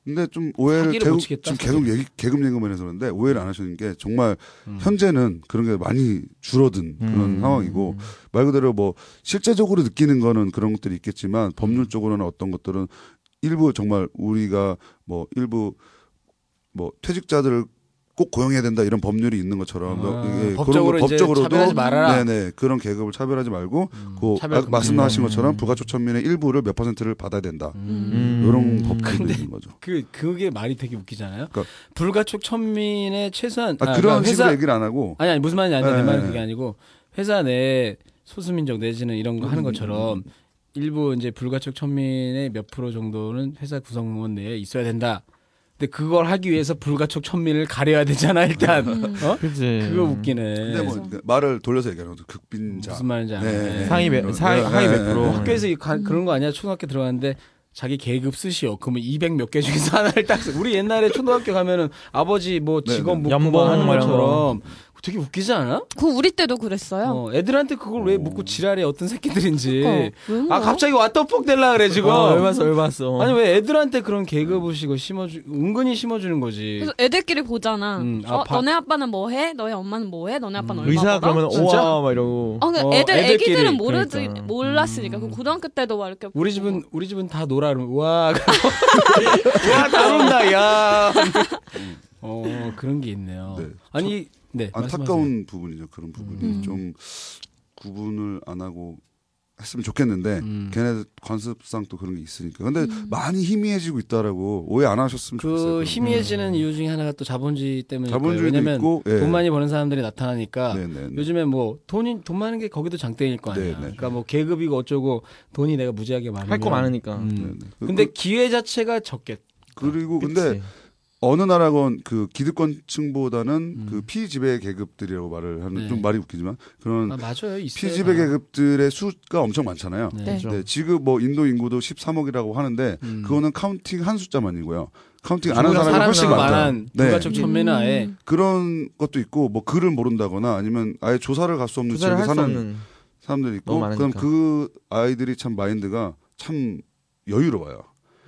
근데 좀 오해를 사기를 계속 못 치겠다, 지금 계속 얘기, 계급 얘기만 해서 그런데 오해를 안 하시는 게 정말 음. 현재는 그런 게 많이 줄어든 그런 음. 상황이고 말 그대로 뭐 실제적으로 느끼는 거는 그런 것들이 있겠지만 음. 법률적으로는 어떤 것들은 일부 정말 우리가 뭐 일부 뭐 퇴직자들을 꼭 고용해야 된다 이런 법률이 있는 것처럼 뭐 아, 이게 법적으로 이제 차별하지 말아라. 음, 네네 그런 계급을 차별하지 말고 그 차별 아- 금지. 말씀하신 것처럼 음. 부가초천민의 일부를 몇 퍼센트를 받아야 된다 음. 이런 법들이 근데- 있는 거죠. 그 그게 말이 되게 웃기잖아요. 그러니까- 불가촉 천민의 최소한 아, 아, 그런 그러니까 식으로 회사- 얘기를 안 하고 아니 아니 무슨 말인지 아는데 네, 내 말은 네. 그게 아니고 회사 내 소수민족 내지는 이런 음, 거 하는 것처럼 일부 이제 불가촉 천민의 몇 프로 정도는 회사 구성원 내에 있어야 된다. 근데 그걸 하기 위해서 불가촉 천민을 가려야 되잖아 일단. 어? 그지. 그거 웃기네. 근데 뭐 그러니까 말을 돌려서 얘기하는 거죠. 극빈자. 무슨 말인지 알아. 네. 네. 상위 네. 몇 상위 하위 네. 몇 프로. 학교에서 이 가- 그런 거 아니야? 초등학교 들어갔는데 자기 계급 쓰시오. 그러면 200 몇 개 중에서 하나를 딱. 쓰- 우리 옛날에 초등학교 가면은 아버지 뭐 네, 직업 네. 묻고 연봉 막 하는 뭐 이런 것처럼 되게 웃기지 않아? 그 우리 때도 그랬어요. 어, 애들한테 그걸 왜 묻고 지랄해 어떤 새끼들인지. 그러니까 왜 물어? 아 갑자기 왓더폭 될라 그래 지금. 어, 얼마서 얼마서. 아니 왜 애들한테 그런 계급의식을 심어주 은근히 심어주는 거지. 그래서 애들끼리 보잖아. 예. 음, 어, 아빠. 너네 아빠는 뭐 해? 너네 엄마는 뭐 해? 너네 아빠는 얼마 벌어? 의사 그러면 진짜? 우와 막 이러고. 어, 그 어, 애들 애들끼리, 음. 애기들은 모르지 그러니까. 몰랐으니까 그 고등학교 때도 막 이렇게 우리 집은 우리 집은 다 놀아 그러면 와. 와 다룬다 야. 어 그런 게 있네요. 네. 아니 네 말씀하세요. 안타까운 부분이죠. 그런 부분이 음. 좀 구분을 안 하고 했으면 좋겠는데 음. 걔네 관습상 또 그런 게 있으니까. 근데 많이 희미해지고 있다라고 오해 안 하셨으면 좋겠어요. 그 그런 희미해지는 이유 중에 하나가 또 자본주의 때문에 음. 자본주의도 왜냐면 있고, 예. 돈 많이 버는 사람들이 거. 나타나니까 네네. 네. 요즘에 뭐 돈이 돈 많은 게 거기도 장땡일 거 아니야. 네, 네. 그러니까 뭐 계급이고 어쩌고 돈이 내가 무지하게 많으면 할 거 많으니까. 음. 네네. 그- 근데 기회 자체가 적겠. 그, 리고 그치. 근데 어느 나라건 그 기득권층보다는 음. 그 피지배 계급들이라고 말을 하는 네. 좀 말이 웃기지만 아 그런 맞아요. 있어요. 음. 피지배 네. 다. 계급들의 수가 엄청 많잖아요. 음, 네. 네. 그렇죠. 네, 지금 뭐 인도 인구도 13억이라고 하는데 음. 그거는 카운팅 한 숫자만이고요. 카운팅 안 한 중국이랑 사람이 훨씬 사람이랑 많아요. 많은 네. 불가촉 천매는 아예 그런 것도 있고 뭐 글을 모른다거나 아니면 아예 조사를 갈 수 없는 조사를 지역에 할 수 사는 없는. 사람들이 있고 너무 많으니까. 그럼 그 아이들이 참 마인드가 참 여유로워요.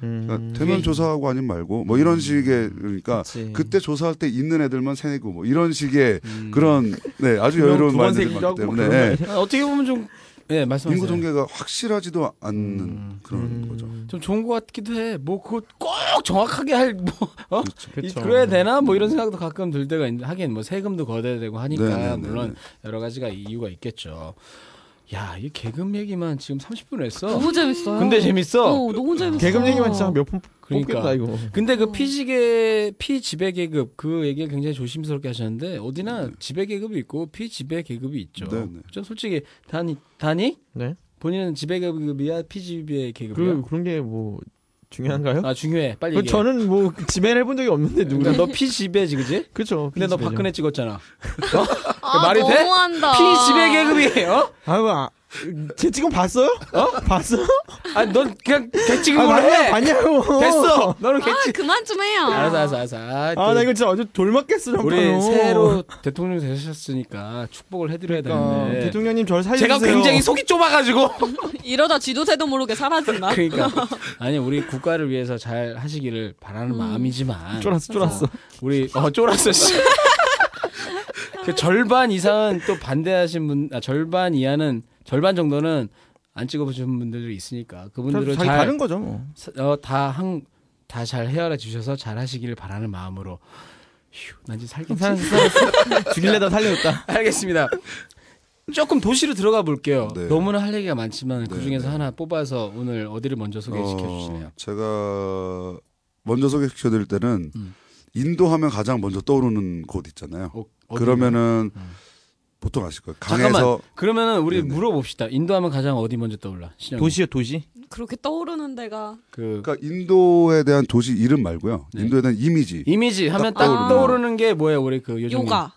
음, 그러니까 되면 조사하고 아니면 말고 뭐 이런 식의 그러니까 그치. 예. 그때 조사할 때 있는 애들만 세내고 뭐 이런 식의 음. 그런 네 아주 그런 여유로운 두번 마인드가 생기도 많기 하고 막 때문에 그런 네. 아, 어떻게 보면 좀 예, 말씀하세요. 인구 통계가 확실하지도 않는 음. 그런 음, 거죠. 좀 좋은 것 같기도 해. 뭐 그거 꼭 정확하게 할뭐 어? 그렇죠. 이- 그쵸. 네. 그래야 되나 뭐 이런 생각도 가끔 들 때가 있는데 하긴 뭐 세금도 거둬야 되고 하니까 네네네네. 물론 여러 가지가 이유가 있겠죠. 야, 이 계급 얘기만 지금 30분 했어. 너무 재밌어요. 근데 재밌어. 어, 너무 재밌어. 계급 얘기만 진짜 몇푼 그러니까. 뽑겠다 이거. 근데 그 피지계 피지배 계급 그 얘기를 굉장히 조심스럽게 하셨는데 네. 어디나 지배 계급이 있고 피지배 계급이 있죠. 네네. 좀 솔직히 단이 단이 네. 본인은 지배 계급이야 피지배 계급이야. 그 그런 게 뭐 중요한가요? 아 중요해. 빨리 그 얘기해. 저는 뭐 지배를 해본 적이 없는데 그러니까 누구나 너 피지배지 그지? 그렇죠. 근데 너 피지배죠. 박근혜 찍었잖아. 어? 아, 말이 돼? 너무한다. 피지배 계급이에요? 아유, 아, 제 지금 봤어요? 어? 봤어? 아넌 그냥 아, 개찍은 걸 맞냐? 해. 봤냐고. 됐어. 너는 아 개찍. 그만 좀 해요. 알았어 알았어 알았어. 아, 아, 또 나 이거 진짜 어제 돌맞겠어, 정말. 우리 새로 대통령 되셨으니까 축복을 해드려야 그러니까 되는데. 대통령님 저를 살려주세요. 제가 굉장히 속이 좁아가지고. 이러다 지도세도 모르게 사라진다. 그러니까 아니 우리 국가를 위해서 잘 하시기를 바라는 마음이지만 아, 쫄았어, 쫄았어. 우리 어 쫄았어 씨. 그 절반 이상은 또 반대하신 분, 아, 절반 이하는 절반 정도는 안 찍어보신 분들이 있으니까 그분들을 자기 다른 잘 거죠, 뭐. 어, 어다한다 잘 헤아려 주셔서 잘 하시기를 바라는 마음으로 휴, 난 지금 살겠지. 죽일래다 살려줬다. 알겠습니다. 조금 도시로 들어가 볼게요. 네. 너무나 할 얘기가 많지만 그 네, 중에서 네. 하나 뽑아서 오늘 어디를 먼저 소개시켜 주시나요? 어, 제가 먼저 소개시켜 드릴 때는 음. 인도 하면 가장 먼저 떠오르는 곳 있잖아요. 어, 어디를? 그러면은 보통 아실 거예요. 잠깐만. 강에서 그러면은 우리 네네. 물어봅시다. 인도하면 가장 어디 먼저 떠올라? 신영. 도시요 도시. 그렇게 떠오르는 데가 그 그러니까 인도에 대한 도시 이름 말고요. 네. 인도에 대한 이미지. 이미지 하면 딱 딱 떠오르는 떠오르는 게 뭐예요? 우리 그 요즘 요가.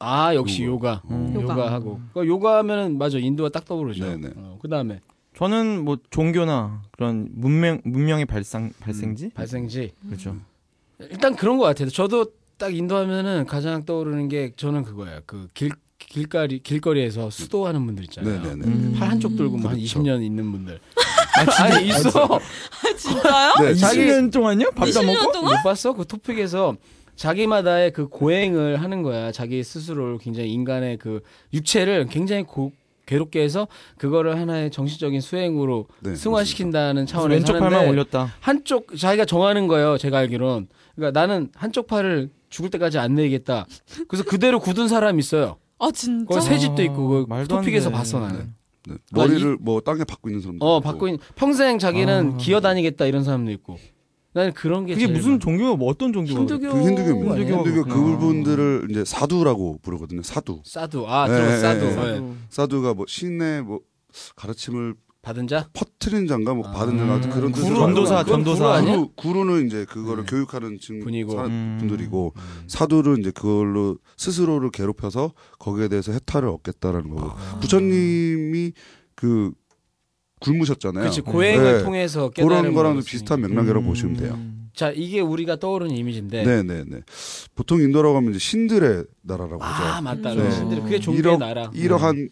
아 역시 요가. 요가. 요가. 하고 그러니까 요가하면은 맞아 인도가 딱 떠오르죠. 음. 네네. 어, 그다음에 저는 뭐 종교나 그런 문명 문명의 발상 발생지 음. 발생지. 그렇죠. 일단 그런 것 같아요. 저도 딱 인도하면은 가장 떠오르는 게 저는 그거예요. 그 길 길거리 길거리에서 수도하는 분들 있잖아요. 네네네. 음. 팔 한쪽 돌고 뭐한 그렇죠. 20년 있는 분들. 아니 있어. 아, 뭐? 진짜요? 네, 자기- 20년 동안요? 밥도 20년 안 먹고? 동안? 못 봤어? 그 토픽에서 자기마다의 그 고행을 하는 거야. 자기 스스로를 굉장히 인간의 그 육체를 굉장히 고- 괴롭게 해서 그거를 하나의 정신적인 수행으로 네, 승화시킨다는 차원에서 왼쪽 팔만 하는데 올렸다. 한쪽 자기가 정하는 거예요. 제가 알기론. 그러니까 나는 한쪽 팔을 죽을 때까지 안 내리겠다. 그래서 그대로 굳은 사람이 있어요. 아 진짜? 그거 새 집도 있고 아, 그 말도 안 토픽에서 돼. 봤어 나는. 네. 그러니까 머리를 뭐 땅에 박고 있는 사람도 어 있고. 받고 있는 평생 자기는 아. 기어 다니겠다 이런 사람도 있고. 나는 그런 게 그게 제일 무슨 종교가 뭐 어떤 종교가? 그래? 힌두교 그 힌두교입니다. 아니에요? 힌두교가 힌두교 그렇구나. 그분들을 이제 사두라고 부르거든요. 사두. 사두 아 네, 들어 네, 사두 네. 네. 사두가 뭐 신의 뭐 가르침을 받은 자 퍼트린 장가 뭐 아. 받은 장가 같은 그런 구루 뜻으로 아니야? 음. 전도사 그건 구루 전도사 아니야? 구루 구루는 이제 그거를 네. 교육하는 친구 분이고. 사- 음. 분들이고 사두는 이제 그걸로 스스로를 괴롭혀서 거기에 대해서 해탈을 얻겠다라는 거고 아. 부처님이 그 굶으셨잖아요. 그렇지 고행을 네. 통해서 그런 깨달은 거랑 거였으니까. 비슷한 맥락이라고 보시면 돼요. 음. 자 이게 우리가 떠오르는 이미지인데 네, 네, 네. 보통 인도라고 하면 이제 신들의 나라라고 아 하죠. 맞다 네. 신들 그게 종교의 일억 나라 1억 한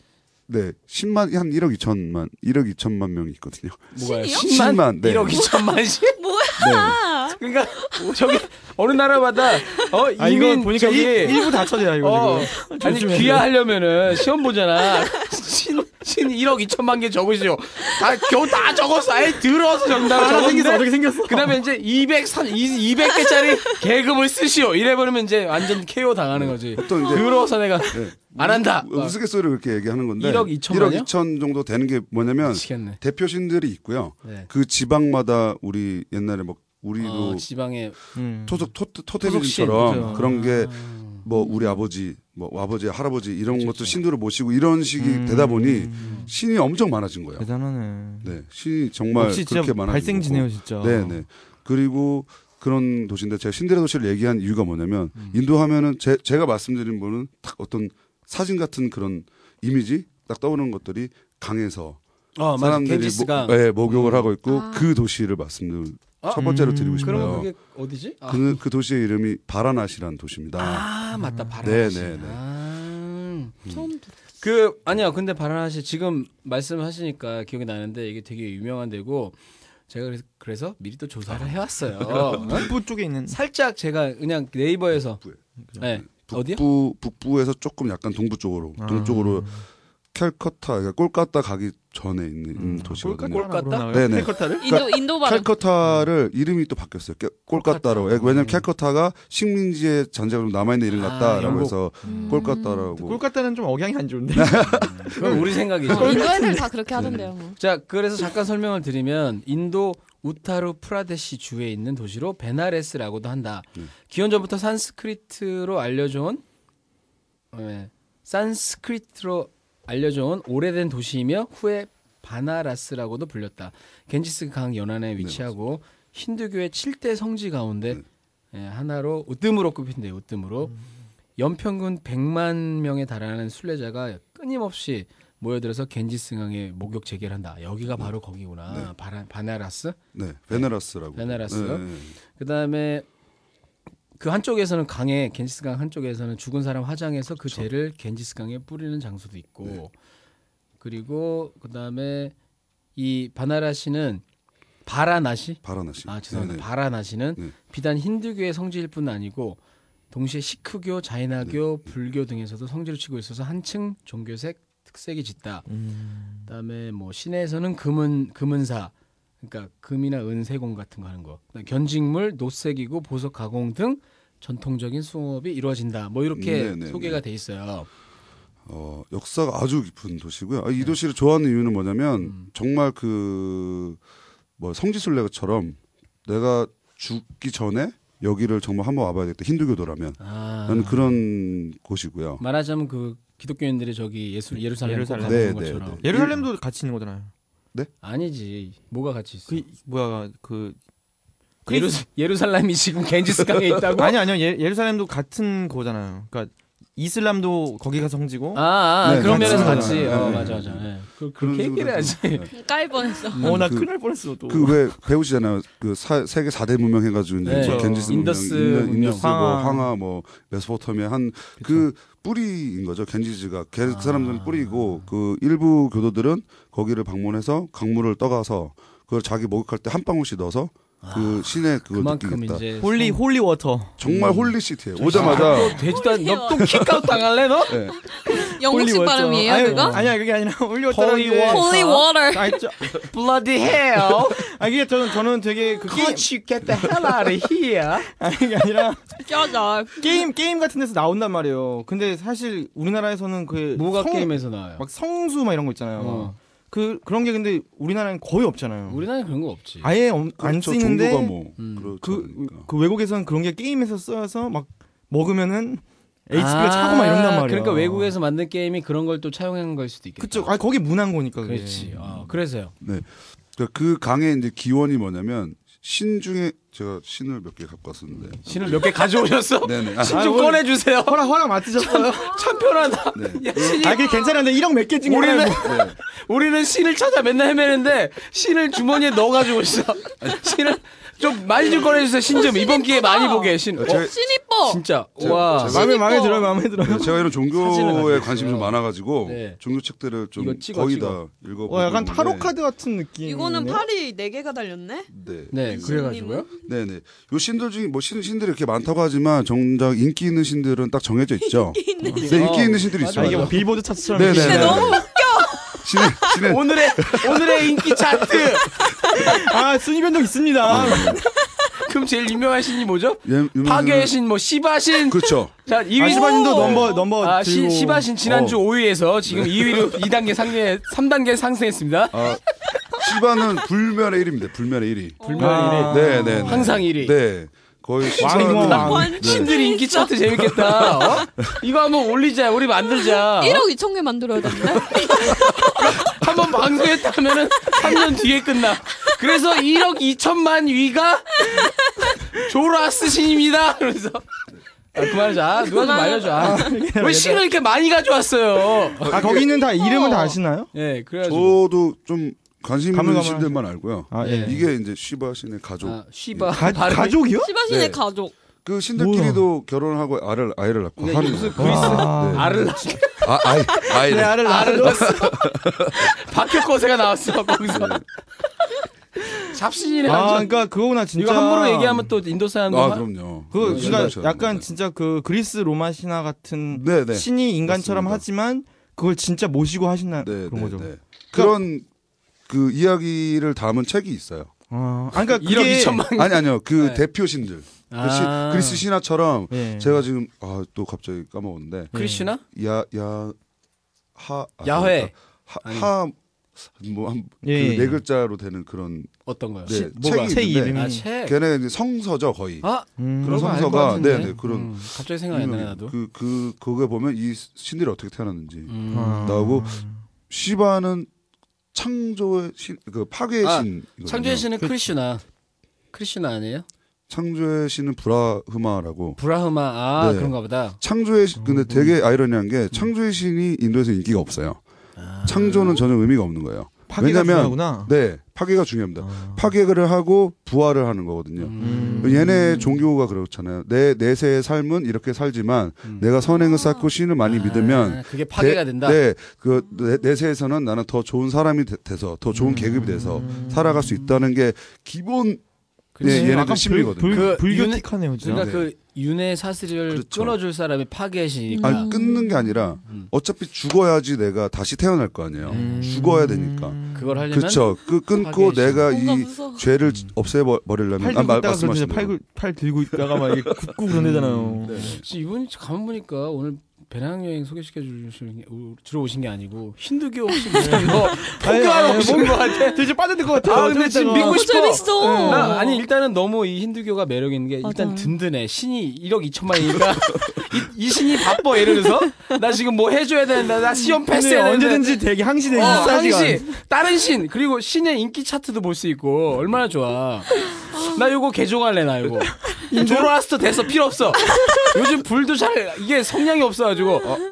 네, 10만 한 1억 2천만 1억 2천만 명이 있거든요. 뭐가요? 신이요? 10만, 네. 1억 2천만씩 네. 아, 그러니까 저기 어느 나라마다 어 아 이민 이거 보니까 저기 일- 일부 다 쳐져요 이거 어, 지금. 아니 조심해야 귀화하려면은 시험 보잖아 신신 1억 2천만 개 적으시오 다 겨우 다 적었어 아예 들어서 돼. 정답을 하나 생겼어 적었는데 어떻게 생겼어? 그다음에 이제 203 이- 200개짜리 계급을 쓰시오 이래버리면 이제 완전 KO 당하는 거지 보통 이제 들어서 내가 네. 안 한다. 우스갯소리로 이렇게 얘기하는 건데 1억 2천만요? 1억 2천 정도 되는 게 뭐냐면 미치겠네. 대표 신들이 있고요. 네. 그 지방마다 우리 옛날에 뭐 우리도 어, 지방에 음. 토속 토, 토속신, 토테미즘처럼 그죠. 그런 게 뭐 아. 우리 아버지 뭐 아버지 할아버지 이런 것도 신도를 모시고 이런 식이 되다 보니 음. 신이 엄청 많아진 거예요. 대단하네. 네, 신이 정말 역시 그렇게 진짜 많아진 발생지네요 진짜. 거고. 네, 네. 그리고 그런 도시인데 제가 신데렐라 도시를 얘기한 이유가 뭐냐면 음. 인도 하면은 제, 제가 말씀드린 분은 딱 어떤 사진 같은 그런 이미지 딱 떠오르는 것들이 강에서 어, 맞아. 사람들이 겐지스강. 모, 예, 목욕을 하고 있고 아. 그 도시를 말씀을 어? 첫 번째로 드리고 음. 그러면 싶어요. 그게 어디지? 아, 그, 그 도시의 이름이 바라나시라는 도시입니다. 아, 맞다. 바라나시. 네, 네, 네. 아. 처음 들어. 그 아니야. 근데 바라나시 지금 말씀하시니까 기억이 나는데 이게 되게 유명한 데고 제가 그래서, 그래서 미리 또 조사를 해 왔어요. 북부 쪽에 있는 살짝 제가 그냥 네이버에서 네. 아. 어디요? 북부 북부에서 조금 약간 동부 쪽으로 동쪽으로 캘커타 그러니까 꼴까타 가기 전에 있는 있는 음, 도시거든요. 음, 꼴까- 꼴까따? 네네. 캘커타를? 그러니까 인도 인도 발음. 캘커타를 이름이 또 바뀌었어요. 깨- 꼴까따로. 예, 왜냐면 캘커타가 식민지의 잔재로 남아 있는 이름 아, 같다라고 영국. 음. 해서 꼴까따라고. 콜카타는 좀 억양이 안 좋은데. 네. 그건 우리 생각이죠. 어, 인도 애들 네. 다 그렇게 하던데요. 뭐. 자, 그래서 잠깐 설명을 드리면 인도 우타르 프라데시 주에 있는 도시로 베나레스라고도 한다. 기원전부터 산스크리트로 알려져온 네, 산스크리트로 알려져온 오래된 도시이며 후에 바나라스라고도 불렸다. 겐지스 강 연안에 위치하고 힌두교의 7대 성지 가운데 예, 하나로 으뜸으로 꼽힌대요. 으뜸으로 연평균 100만 명에 달하는 순례자가 끊임없이 모여들어서 겐지스강에 목욕 재개를 한다. 여기가 바로 거기구나. 바라, 바나라스. 네. 베네라스라고. 베네라스. 네, 네. 그다음에 그 한쪽에서는 강에 겐지스강 한쪽에서는 죽은 사람 화장해서 그 죄를 겐지스강에 뿌리는 장소도 있고 그리고 그다음에 이 바나라시는 바라나시 바라나시. 아 죄송합니다 네, 네. 바라나시는 네. 비단 힌두교의 성지일 뿐 아니고 동시에 시크교, 네, 자이나교, 불교 등에서도 성지를 치고 있어서 한층 종교색 특색이 짙다. 그다음에 뭐 시내에서는 금은 금은사 그러니까 금이나 은세공 같은 거 하는 거 그다음에 견직물 노색이고 보석 가공 등 전통적인 수업이 이루어진다 뭐 이렇게 네, 네, 소개가 돼 있어요 어, 역사가 아주 깊은 도시고요. 네. 아, 이 도시를 좋아하는 이유는 뭐냐면 음. 정말 그 뭐 성지순례처럼 내가 죽기 전에 여기를 정말 한번 와봐야겠다. 힌두교도라면 아 나는 그런 곳이고요. 말하자면 그 기독교인들이 저기 예수 예루살렘 꼭 예루살렘. 가는 네, 네, 것처럼 네. 예루살렘도 같이 있는 거잖아요. 아니지 뭐가 같이 있어? 그 뭐야 그 예루 예루살렘이 지금 겐지스강에 있다고? 아니 아니요 예, 예루살렘도 같은 거잖아요. 그러니까 이슬람도 거기가 성지고. 아, 아, 아, 네, 그런 면에서 맞습니다. 같이 네, 어 네. 맞아 맞아. 네. 그, 그런 그렇게 얘기를 식으로 해야지. 해서, 네. 깔 뻔했어. 어나 그- 큰일 날 뻔했어 또. 그 왜 배우시잖아요. 그 사- 세계 4대 문명 해가지고 이제 네. 뭐 겐지스 문명, 인더스 인더- 문명. 인더스 뭐 황하. 황하 뭐 메소포타미아 한 그 뿌리인 거죠. 겐지스가 그 아. 사람들은 뿌리고 그 일부 교도들은 거기를 방문해서 강물을 떠가서 그걸 자기 목욕할 때 한 방울씩 넣어서 그 신의 그걸 그만큼 느끼겠다. 이제 홀리 홀리 워터. 정말 음. 홀리 시티예요. 오자마자 돼지다 너또 킥아웃 당할래 너? 예. 영국식 홀리 워터. 발음이에요 아니, 그거? 아니야 그게 아니라 홀리 홀리 워터라는 워터. 게. Holy water. 아니 저, Bloody hell! 아 이게 저는 저는 되게 그 게임 Can't you get the hell out of here? 아니 이게 아니라 짜자. 게임 게임 같은 데서 나온단 말이에요. 근데 사실 우리나라에서는 그 뭐가 성- 게임에서 나와요? 막 성수 막 이런 거 있잖아요. 어. 그 그런 게 근데 우리나라는 거의 없잖아요. 우리나라에 그런 거 없지. 아예 엄- 안 그렇죠. 쓰이는데 종교가 뭐 음. 그렇죠. 그, 그러니까. 그 외국에서는 그런 게 게임에서 쓰여서 막 먹으면은 HP가 차고 막 이런단 말이에요. 아, 그러니까 외국에서 만든 게임이 그런 걸 또 차용한 걸 수도 있겠다. 그쵸. 아 거기 문화인 거니까. 그게. 그렇지. 어, 그래서요. 그러니까 그 강의 이제 기원이 뭐냐면 신 중에 제가 신을 몇 개 갖고 왔었는데. 신을 몇 개 가져오셨어? 네네. 아, 신 아, 좀 오늘- 꺼내주세요. 허락 허락 맡으셨어요. 참 편하다. 네. 야, 신이 아 그게 괜찮은데 1억 몇 개 중에 우리는 하나는 네. 우리는 신을 찾아 맨날 헤매는데 신을 주머니에 넣어가지고 있어. 신을 좀 많이 좀 꺼내주세요. 신 좀 어, 이번 기회에 신이다. 많이 보게 신. 어, 제- 신 이뻐. 진짜 제- 와. 제가- 아, 마음에 마음에 신입고. 들어요 마음에 들어요. 네, 제가 이런 사진을 가지고 종교에 관심이 있어요. 좀 많아가지고 네. 종교 책들을 좀 이거 찍어, 거의 찍어. 다 읽어보고 와 약간 타로 있는데, 카드 같은 느낌. 이거는 팔이 네 개가 달렸네. 네, 네, 신님은? 그래가지고요. 네네. 요 신들 중에 뭐 신, 신들이 이렇게 많다고 하지만 정작 인기 있는 신들은 딱 정해져 있죠. 인기 있는, 네, 인기 있는 신들이 맞아, 아, 있어요. 이게 뭐 빌보드 차트처럼. 네네. 이렇게. 근데 너무 신의 신의 오늘의 오늘의 인기 차트. 아 순위 변동 있습니다. 그럼 제일 유명한 신이 뭐죠? 네. 예, 유명한 아, 파괴의 신, 뭐 시바신. 그렇죠. 자, 2위 아, 시바신도 넘버 넘버 아, 시, 들고. 시바신 지난주 어. 네. 5위에서 지금 2위로 2단계 상승, 3단계 상승했습니다. 아, 시바는 불멸의 1위입니다. 불멸의 1위. 아. 네, 네, 네. 항상 1위. 네. 거의 왕이구나, 시바는- 왕. 완전 신들이 인기 차트 재밌겠다. 어? 이거 한번 올리자. 우리 만들자. 1억 2천 개 만들어야 되는데. 한번 방송했다면은 3년 뒤에 끝나. 그래서 1억 2천만 위가 조라스 신입니다. 그래서 아, 그만하자. 누가 좀 알려줘. 아. 왜 신을 이렇게 많이 가져왔어요? 아 거기는 다 이름은 다 아시나요? 예, 그래가지고. 저도 좀 관심 있는 가물가물한- 신들만 알고요. 아 예. 예. 이게 이제 시바 신의 가족. 아, 쉬바. 가, 발음이- 가족이요? 시바신의 네. 가족. 그 신들끼리도 결혼하고 아이를 아이를 낳고 네, 하는 무슨 거예요. 그리스 와. 네. 아를 네, 아, 아이 아이 내 네, 아를 아를 낳아줘. 낳았어. 박혁 거세가 나왔어 거기서. 잡신이네. 아, 완전. 그러니까 그거구나 진짜. 이거 함부로 얘기하면 또 인도 사람들 아 화- 그럼요. 그거 네, 진짜 그렇죠. 약간 진짜 그 그리스 로마 신화 같은 네, 네. 신이 인간처럼 맞습니다. 하지만 그걸 진짜 모시고 하시나 네, 그런 거죠. 네, 네. 그런 그 이야기를 담은 책이 있어요. 아, 아, 그러니까 1억 그게 2천만. 아니 아니요. 그 네. 대표 신들. 그 시- 아. 그리스 신화처럼 예. 제가 지금 아 또 갑자기 까먹었는데 크리슈나? 아, 야야 하 그러니까. 아, 야훼. 아니. 하뭐한네 그네 예, 예. 글자로 되는 그런 어떤 거요? 네, 뭐가? 책이 책 있는데 이름이- 아 책. 걔네 이제 성서죠 거의. 아 음. 그런 그거 알것 성서가- 같은데. 그 네, 네, 그런- 음, 갑자기 생각이 안 나네 나도. 그, 그, 그거 보면 이 신들이 어떻게 태어났는지. 음. 아. 나오고 시바는 창조의 신, 그 파괴의 아, 신. 창조의 신은 그 크리슈나. 크리슈나 아니에요? 창조의 신은 브라흐마라고. 브라흐마 아 네. 그런가 보다. 창조의 음. 신, 근데 되게 아이러니한 게 창조의 신이 인도에서 인기가 없어요. 아. 창조는 전혀 의미가 없는 거예요. 파괴가 왜냐면- 중요하구나. 네, 파괴가 중요합니다. 아. 파괴를 하고 부활을 하는 거거든요. 음. 얘네 종교가 그렇잖아요. 내 내세의 삶은 이렇게 살지만 음. 내가 선행을 쌓고 신을 많이 믿으면 아, 그게 파괴가 내- 된다. 네, 그 내- 내세에서는 나는 더 좋은 사람이 되- 돼서 더 음. 좋은 계급이 돼서 살아갈 수 있다는 게 기본 예, 그치. 얘네들 약간 심리거든요. 그 불, 불, 유네- 불교틱하네요, 진짜. 그러니까 네. 그 윤회 사슬을 그렇죠. 끊어줄 사람이 파괴의 신이니까. 아니 끊는 게 아니라 음. 어차피 죽어야지 내가 다시 태어날 거 아니에요. 음. 죽어야 되니까. 그걸 하려면 그렇죠. 그 끊고 파괴의 내가 뭔가 이 무서워. 죄를 없애버리려면 팔 들고 아, 마- 있다가 그러잖아요. 말씀하신 팔, 대로. 굴- 팔 들고 있다가 막 이게 굳고 그런 애잖아요. 이분 가만 보니까 오늘 배낭여행 소개시켜 주시는 게 우- 주러 오신 게 아니고 힌두교 혹시 무슨 뭐 포교하러 아니, 오신 거 같아? 되게 빠져들 것 같아. 아, 근데 지금 믿고 너무 싶어. 네. 재밌어. 나, 아니 일단은 너무 이 힌두교가 매력 있는 게 일단 맞아요. 든든해. 신이 1억 2천만이니까 이, 이 신이 바빠 예를 들어서 나 지금 뭐 해줘야 되는데 나 시험 근데 패스해야 되는데 언제든지 되게 항시되기 어, 싸지. 항시 다른 신 그리고 신의 인기 차트도 볼 수 있고 얼마나 좋아. 나 요거 개조할래 나 요거. 조로아스터 됐어 필요 없어. 요즘 불도 잘 이게 성량이 없어가지고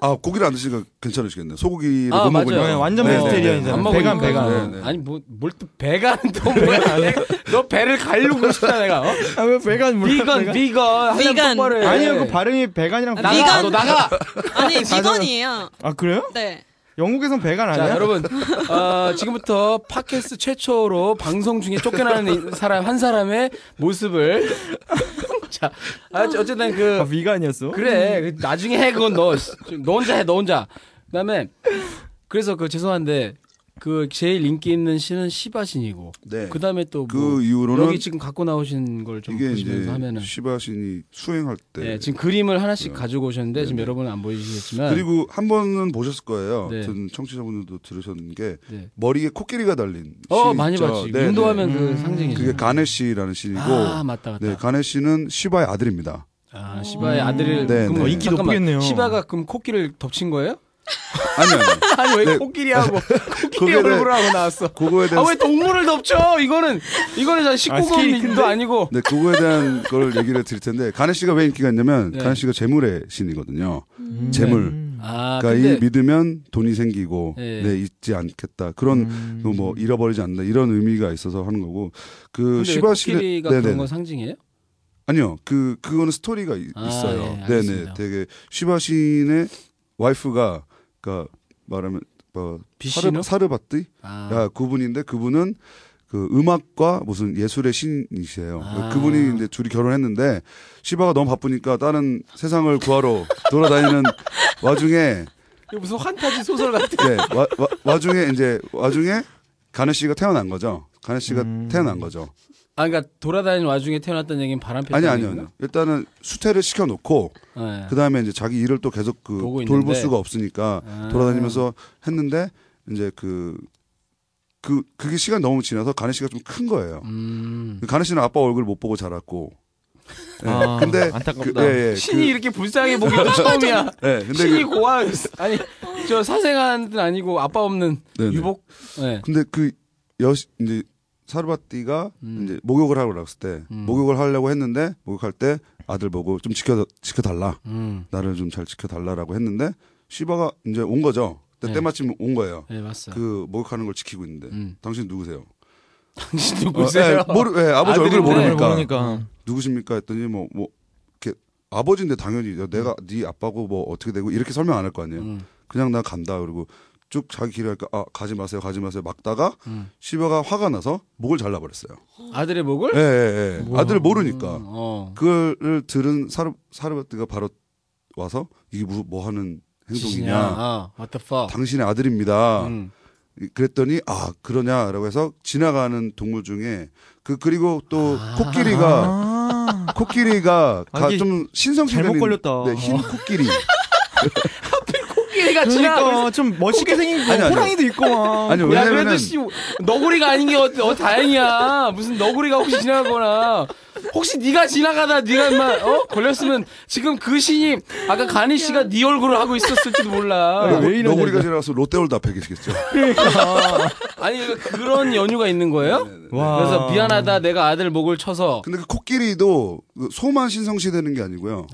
아 고기를 안 드시니까 괜찮으시겠네. 소고기를 아, 못 맞아요. 먹으니까. 네, 완전 네네. 베지테리언이잖아. 안 네, 먹으니까. 배간, 배간. 네, 네. 아니 뭐 뭘 또 배간 또 뭐야? 내가, 너 배를 갈르고 싶다 내가. 어? 아왜 배간 몰라? 비건 배간? 비건 하려면 비건. 똑바로 해. 아니요 그 발음이 배간이랑 나가 비건. 너 나가. 아니 비건이에요. 아 그래요? 네. 영국에선 배간 자 아니야? 여러분 어, 지금부터 팟캐스트 최초로 방송 중에 쫓겨나는 이 사람 한 사람의 모습을 자 아, 어쨌든 그 아 비간이었어? 그래 그 나중에 해 그건 너 너 혼자 해 너 혼자 그다음에 그래서 그 죄송한데 그 제일 인기 있는 신은 시바신이고 네. 그, 그다음에 또뭐 이후로는 여기 지금 갖고 나오신 걸 좀 이게 이제 보시면서 하면은 시바신이 수행할 때 네, 지금 그림을 하나씩 가지고 오셨는데 지금 여러분은 안 보이시겠지만 그리고 한 번은 보셨을 거예요. 네. 전 청취자분들도 들으셨는 게 네. 머리에 코끼리가 달린 어 시 많이 있죠. 봤지 네, 운동하면 네. 그 음. 상징이죠 그게 가네시라는 신이고 아 맞다 맞다 네, 가네시는 시바의 아들입니다. 아 시바의 음. 아들을 네, 그럼 네. 뭐 인기 잠깐만, 높겠네요. 시바가 그럼 코끼를 덮친 거예요? 아니 아니. 아니 왜 네. 코끼리하고 코끼리 거기에 대해- 얼굴하고 나왔어? 그거에 대한 아 왜 동물을 덮쳐? 이거는 이거는 아, 스케일이 19금도 큰데? 아니고 네, 그거에 대한 걸 얘기를 드릴 텐데 가네시가 왜 인기가 있냐면 네. 가네시가 재물의 신이거든요. 음. 재물. 음. 아 그러니까 근데 이 믿으면 돈이 생기고 네. 네, 잊지 않겠다. 그런 음. 또뭐 잃어버리지 않는다 이런 의미가 있어서 하는 거고 그 근데 왜 시바 시대 코끼리가 네. 그런 건 상징이에요? 아니요 그 그거는 스토리가 이- 아, 예, 있어요 알겠습니다. 네네 되게 시바 신의 와이프가 그러니까 말하면 뭐 비시노? 사르, 사르바띠 아, 야 그분인데 그분은 그 음악과 무슨 예술의 신이세요. 그러니까 아. 그분이 이제 둘이 결혼했는데 시바가 너무 바쁘니까 다른 세상을 구하러 돌아다니는 와중에 이거 무슨 환타지 소설 같아. 네, 와, 중에 이제 와중에 가네 씨가 태어난 거죠. 가네 씨가 음. 태어난 거죠. 아 그러니까 돌아다니는 와중에 태어났다는 얘기는 바람 피웠다. 아니 아니요. 아니요. 일단은 수태를 시켜놓고 네. 그 다음에 이제 자기 일을 또 계속 그 보고 있는데. 돌볼 수가 없으니까 아. 돌아다니면서 했는데 이제 그. 그 그게 시간 너무 지나서 가네 씨가 좀 큰 거예요. 그 음. 가네 씨는 아빠 얼굴 못 보고 자랐고. 예, 아, 근데 안타깝다. 그, 예, 예, 신이 이렇게 불쌍해 보기도 처음이야. 그, 예, 근데 신이 그, 고아 아니 저 사생아는 아니고 아빠 없는 네네. 유복. 네. 근데 그 여, 이제 사르바띠가 음. 이제 목욕을 하고 나왔을 때 음. 목욕을 하려고 했는데 목욕할 때 아들 보고 좀 지켜 지켜달라 음. 나를 좀 잘 지켜달라라고 했는데 시바가 이제 온 거죠. 근데 네. 때마침 온 거예요. 네 맞어. 그 목욕하는 걸 지키고 있는데 음. 당신 누구세요? 당신 누구세요? 어, 예, 모르, 예, 아버지 아들인데. 얼굴 모르니까 모르니까. 누구십니까 했더니 뭐 뭐 이렇게 아버지인데 당연히 내가 네 아빠고 뭐 어떻게 되고 이렇게 설명 안 할 거 아니에요. 음. 그냥 나 간다 그리고 쭉 자기 길을 할까 아 가지 마세요 가지 마세요 막다가 음. 시바가 화가 나서 목을 잘라버렸어요. 아들의 목을? 예, 예, 예. 뭐야. 아들 모르니까 음, 어. 그걸 들은 사르 사르바트가 바로 와서 이게 무- 뭐 하는 지시냐. 행동이냐 아, what the fuck. 당신의 아들입니다. 음. 그랬더니 아 그러냐라고 해서 지나가는 동물 중에 그 그리고 또 아. 코끼리가 아. 코끼리가 아, 가- 이게 좀 신성시 잘못 되는- 걸렸다. 네, 흰 코끼리 코끼리가 아, 지나. 그러니까 좀 멋있게 생긴 거 아니, 아니. 호랑이도 있고 막. 아니 야 그래도 왜냐면은 씨 너구리가 아닌 게 어, 어, 다행이야. 무슨 너구리가 혹시 지나가거나 혹시 네가 지나가다 네가 인마, 어? 걸렸으면 지금 그 신이 아까 가니 씨가 네 얼굴을 하고 있었을지도 네. 몰라. 왜 이러냐, 너구리가 이거. 지나가서 롯데월드 앞에 계시겠죠. 아니 그러니까 그런 연유가 있는 네, 거예요? 와. 그래서 미안하다 내가 아들 목을 쳐서 근데 그 코끼리도 그 소만 신성시되는 게 아니고요.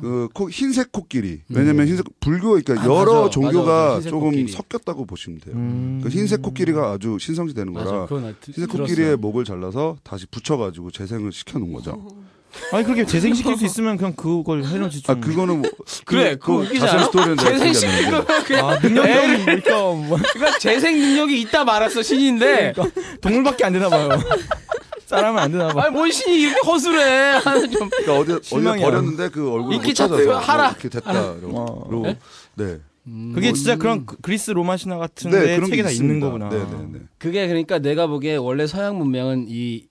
그 코- 흰색 코끼리. 왜냐면 흰색 불교 그러니까 음. 아, 여러 맞아, 종교가 맞아, 맞아. 흰색 조금 코끼리. 섞였다고 보시면 돼요. 음. 그 흰색 코끼리가 아주 신성시되는 거라 맞아. 그건 나 드- 흰색 들었어요. 코끼리의 목을 잘라서 다시 붙여가지고 재생을 시켜놓은 거죠. 아니 그렇게 재생시킬 수 있으면 그냥 그걸 해놓지 아 좀. 그거는 뭐 그래, 그거 웃기지 자세한 않아? 스토리는 내가 재생 기억이 안 시키고 나는데. 그냥 아, 능력이 뭘까? 뭐, 그러니까 재생 능력이 있다 말았어 신인데 그러니까 동물밖에 안 되나 봐요. 사람은 안 되나 봐. 아니 뭔 신이 이렇게 허술해 하는 좀 그러니까 어디 어디 실망이야. 버렸는데 그 얼굴 인기 못 찾아서 차트 뭐 하라. 이렇게 됐다로 네? 네. 그게 진짜 그런 그- 그리스 로마 신화 같은 네, 데 책에 다 있는 있습니다. 거구나. 네, 네, 네. 그게 그러니까 내가 보기에 원래 서양 문명은 이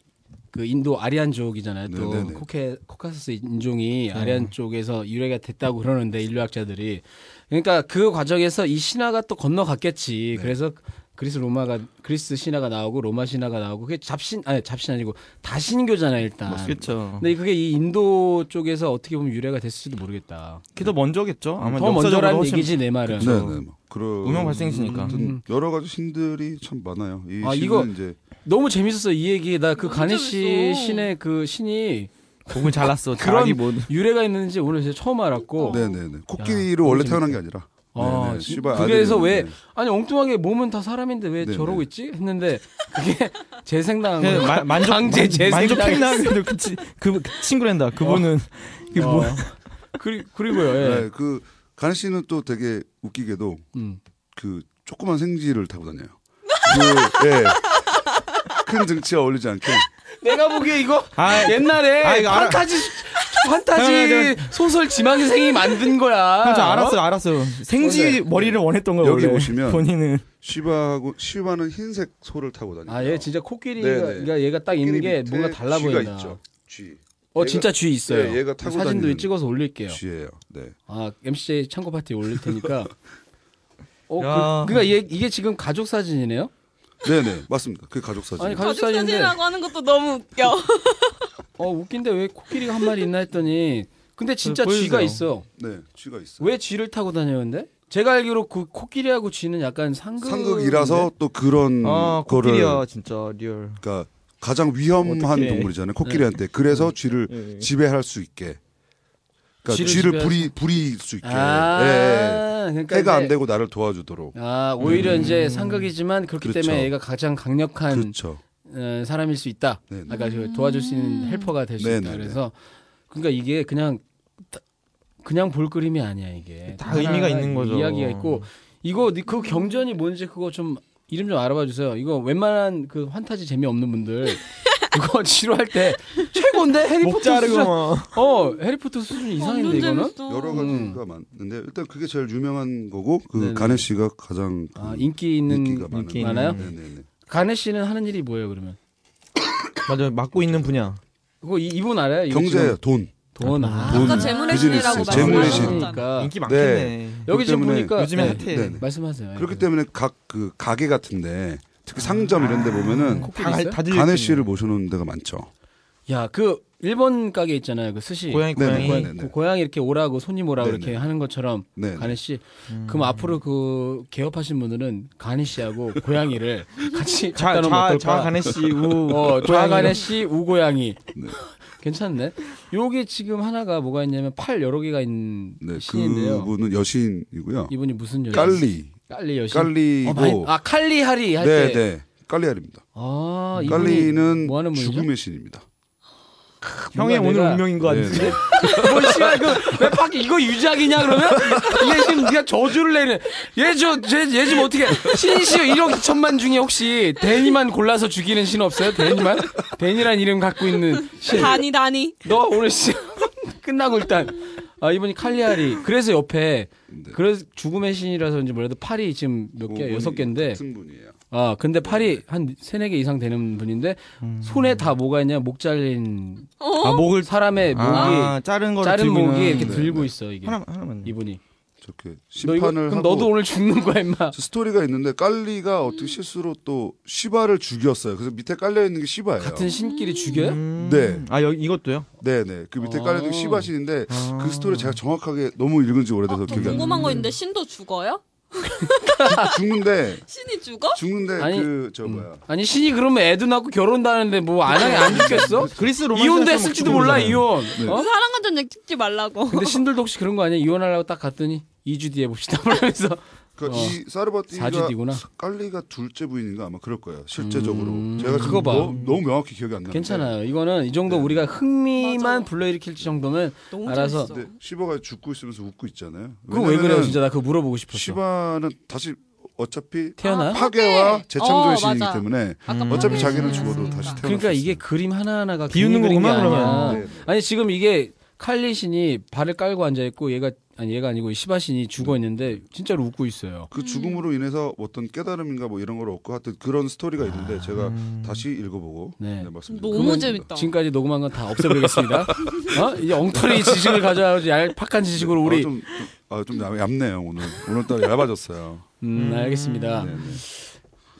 그 인도 아리안족이잖아요. 또 네네네. 네. 코케 코카서스 인종이 아리안 쪽에서 유래가 됐다고 그러는데 인류학자들이 그러니까 그 과정에서 이 신화가 또 네. 건너갔겠지. 그래서 그리스 로마가 그리스 신화가 나오고 로마 신화가 나오고 그게 잡신 아니 잡신 아니고 다신교잖아요 일단. 그렇죠. 근데 그게 이 인도 쪽에서 어떻게 보면 유래가 됐을지도 모르겠다. 그게 더 먼저겠죠. 아마 더 먼저라는 역사적으로 얘기지 내 말은. 네, 네. 뭐 그런 음영 발생시니까. 아무튼 여러 가지 신들이 참 많아요. 이 아, 신은 이거- 이제 너무 재밌었어 이 얘기. 나 그 너무 가네 씨 재밌어. 신의 그 신이 공을 잘랐어. 그런- 자기 음. 뭐 유래가 있는지 오늘 진짜 처음 알았고. 네, 네, 네. 코끼리로 원래 태어난 게 아니라. 아, 네네, 네. 지- 씨발 그래서 아들이 왜 네. 있는데. 아니 엉뚱하게 몸은 다 사람인데 왜 네네. 저러고 있지 했는데 그게 재생당한 그 거예요. 마- 만족 강제 재생당했어. 만족했나 그, 치- 그, 그 친구랜다. 그분은 그게 어. 뭐 그리, 그리고요. 예. 네, 그 가네 씨는 또 되게 웃기게도 음. 그 조그만 생지를 타고 다녀요. 그, 예. 큰 등치에 어울리지 않게. 내가 보기에 이거 아, 옛날에 아, 이거 알아. 판타지 판타지 잠깐만, 소설 지망생이 만든 거야. 아, 저 알았어요, 알았어요. 생지 머리를 원했던 거예요. 네. 여기 원래. 보시면 본인은 시바하고 시바는 흰색 소를 타고 다니고. 아, 얘 진짜 코끼리가 네, 그러니까 얘가 딱 있는 게 뭔가 달라 쥐가 보인다. 있죠. 쥐. 어 얘가- 진짜 쥐 있어요. 예, 얘가 타고 사진도 다니는 찍어서 올릴게요. 쥐예요. 네. 아 MCJ 창고 파티에 올릴 테니까. 어, 야. 그, 그러니까 얘, 이게 지금 가족 사진이네요? 네, 네. 맞습니다. 그 가족 사진. 아니, 가- 가족 사진인데. 사진이라고 하는 것도 너무 웃겨. 어 웃긴데 왜 코끼리가 한 마리 있나 했더니 근데 진짜 그 보여주세요. 쥐가 있어. 네, 쥐가 있어요. 왜 쥐를 타고 다녔는데? 제가 알기로 그 코끼리하고 쥐는 약간 상극 상극이라서 네. 또 음, 그런 아 거를 코끼리야 진짜 리얼. 그러니까 가장 위험한 어떡해. 네. 동물이잖아요. 코끼리한테. 그래서 쥐를 예, 예. 지배할 수 있게. 그러니까 쥐를 쥐를, 지배할 부리 부릴 수 있게. 아, 예. 그러니까 해가 안 이제- 되고 나를 도와주도록. 아, 오히려 이제 상극이지만 그렇기 그렇죠. 때문에 얘가 가장 강력한 그렇죠. 어, 사람일 수 있다. 네, 네. 아까 그 도와줄 수 있는 헬퍼가 될 수 네, 있다. 네, 네. 그래서 그러니까 이게 그냥 다- 그냥 볼 그림이 아니야 이게. 다 의미가 하나하나 있는 거죠. 이야기가 있고 이거 니- 그 경전이 뭔지 그거 좀 이름 좀 알아봐 주세요. 이거 웬만한 그 환타지 재미 없는 분들 이거 지루할 때 최고인데 해리포터 수준. 목자르고 뭐. 어 해리포터 수준 이상인데 완전 이거는. 재밌어. 여러 음. 가지가 많은데 일단 그게 제일 유명한 거고 그 네네. 가네 씨가 가장 그 아 인기 있는 인기가 많은 인기 많아요? 네네네. 가네 씨는 하는 일이 뭐예요 그러면? 맞아 맡고 있는 분야. 그거 이, 이분 알아요? 이거 경제예요. 지금 돈. 돈 아. 돈. 아까 재물의 비즈니스, 신이라고 재물의 신. 말씀하셨잖아. 그러니까 인기 많겠네. 여기 지금 그렇기 때문에 보니까 요즘에 네. 핫해. 네네. 말씀하세요. 그렇기 네. 때문에 각 그 가게 같은데 특히 상점 이런 아, 데 보면은 코끼리 있어요? 다들 가네 씨를 모셔놓는 데가 많죠. 야, 그 일본 가게 있잖아요. 그 스시. 고양이 네네, 고양이. 고양이. 그 고양이 이렇게 오라고 손님 오라고 네네. 이렇게 하는 것처럼 네. 가네 씨. 음. 그럼 앞으로 그 개업하신 분들은 가네 씨하고 고양이를 같이 갖다 자, 놓으면 자, 어떨까? 자 가네 씨 어, 우. 고양이랑. 좌가네 씨, 우고양이. 네. 괜찮네. 요게 지금 하나가 뭐가 있냐면 팔 여러 개가 있는 네, 신인데요. 그분은 여신이고요. 이분이 무슨 여신? 깔리, 깔리 여신. 깔리고, 어, 많이- 아, 칼리 하리 할 네, 때. 네, 깔리알입니다. 아, 이분이 깔리는 뭐 하는 분이죠? 죽음의 신입니다. 형의 뭔가 오늘 내가- 운명인 거 같은데. 네, 뭐 씨발 그왜 파기 이거 유작이냐 그러면 얘 지금 네가 저주를 내는 얘저얘 지금 어떻게 신시여 1억 2천만 중에 혹시 데니만 골라서 죽이는 신 없어요? 데니만 데니란 이름 갖고 있는 다니 다니. 신너 오늘 씨 끝나고 일단 아 이분이 칼리아리 그래서 옆에 네. 그래서 죽음의 신이라서인지 몰라도 팔이 지금 몇 개 여섯 개인데 같은 분이에요. 아 근데 팔이 한 세네 개 이상 되는 분인데 손에 다 뭐가 있냐 목 잘린 음. 어? 아 목을 사람의 목이 아, 자른 거를 자른 들고 목이 있는. 이렇게 들고 있어 이게 하나 하나만. 이분이 저렇게 너 이거, 심판을 그럼 하고 너도 오늘 죽는 거야 임마 저 스토리가 있는데 깔리가 어떻게 실수로 또 시바를 죽였어요. 그래서 밑에 깔려 있는 게 시바예요. 같은 신끼리 죽여요? 음. 네. 예. 아 여기 이것도요. 네네 그 밑에 아. 깔려 있는 게 시바신인데 아. 그 스토리 제가 정확하게 너무 읽은 지 오래돼서 어, 저 기억이 안 나요. 궁금한 거 있는데 신도 죽어요? 죽는데 신이 죽어? 죽는데 아니, 그 저 뭐야 아니 신이 그러면 애도 낳고 결혼도 하는데 뭐 안 하게 안 죽겠어? 그리스 네. 로마 이혼도 했을지도 몰라 이혼 네. 어? 그 사랑한다는 얘기 찍지 말라고. 근데 신들도 혹시 그런 거 아니야? 이혼하려고 딱 갔더니 2주 뒤에 봅시다 그러면서 그러니까 어. 이 사르바티가 4주 뒤구나 네. 깔리가 둘째 부인인가 아마 그럴 거예요 실제적으로 제가 음, 그거 지금 봐. 너, 너무 명확히 기억이 안 나는데 괜찮아요 이거는 이 정도 네. 우리가 흥미만 맞아. 불러일으킬 정도면 너무 알아서. 재밌어. 근데 시바가 죽고 있으면서 웃고 있잖아요 그거 왜 그래요 왜냐면은 진짜 나 그거 물어보고 싶었어 시바는 다시 어차피 태어나요? 파괴와 재창조의 아, 어, 신이기 맞아. 때문에 아까 어차피 파괴 신이 자기는 죽어도 있으니까. 다시 태어날 그러니까 수 이게 있어요. 그림 하나하나가 비웃는 괜히 그린 게 거구만, 아니야. 그러면. 네, 네. 아니 지금 이게 칼리신이 발을 깔고 앉아 있고 얘가 아니 얘가 아니고 이 시바신이 죽어 있는데 진짜로 웃고 있어요. 그 죽음으로 인해서 어떤 깨달음인가 뭐 이런 걸 얻고 하여튼 그런 스토리가 있는데 제가 다시 읽어보고 아. 네. 네, 말씀드릴게요. 그건 너무 재밌다. 지금까지 녹음한 건 다 없애버리겠습니다. 어? 이 엉터리 지식을 가져와서 얄팍한 지식으로 아, 우리 좀, 아, 좀 얇- 얇네요 오늘 오늘따라 얇아졌어요. 음, 알겠습니다. 네, 네.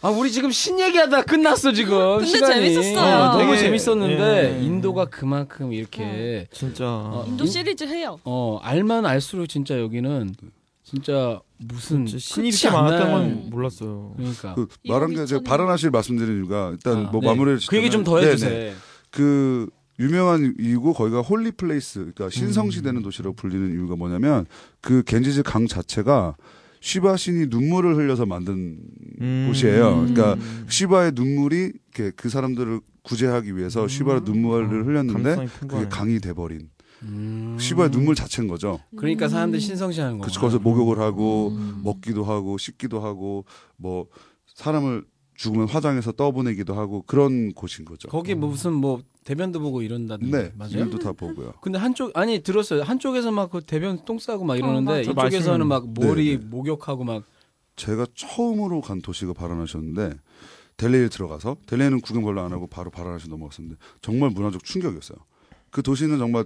아, 우리 지금 신 얘기하다 끝났어 지금. 근데 시간이. 재밌었어요. 어, 너무 되게, 재밌었는데 예. 인도가 그만큼 이렇게 진짜. 음, 어, 인도 시리즈 해요. 어, 알만 알수록 진짜 여기는 진짜 무슨 진짜 그렇죠. 신이 끝이 이렇게 안 많았던 날- 건 몰랐어요. 그러니까 그 말한 게 제가 미쳤네. 발언하실 말씀드린 이유가 일단 아, 뭐 네. 마무리를 그 얘기 짓자면- 좀 더 네, 해주세요. 네. 그 유명한 이유고 거기가 홀리 플레이스 음. 그러니까 신성시되는 도시라고 불리는 이유가 뭐냐면 그 겐지즈 강 자체가 시바 신이 눈물을 흘려서 만든 음. 곳이에요. 그러니까 시바의 눈물이 이렇게 그 사람들을 구제하기 위해서 시바의 눈물을 흘렸는데 감성이 큰 그게 거네. 강이 돼버린 음. 시바의 눈물 자체인 거죠. 음. 그러니까 사람들이 신성시하는 거. 그래서 그렇죠. 거기서 목욕을 하고 음. 먹기도 하고 씻기도 하고 뭐 사람을 죽으면 화장해서 떠보내기도 하고 그런 곳인 거죠. 거기 뭐 무슨 뭐 대변도 보고 이런다던데 음. 네, 맞아요? 이름도 다 보고요. 근데 한쪽 아니 들었어요. 한쪽에서 막 그 대변 똥 싸고 막 이러는데 어, 맞아. 이쪽에서는 막 머리 네, 네. 목욕하고 막 제가 처음으로 간 도시가 바라나시였는데 델리에 들어가서 델리는 구경 별로 안 하고 바로 바라나시 넘어갔었는데 정말 문화적 충격이었어요. 그 도시는 정말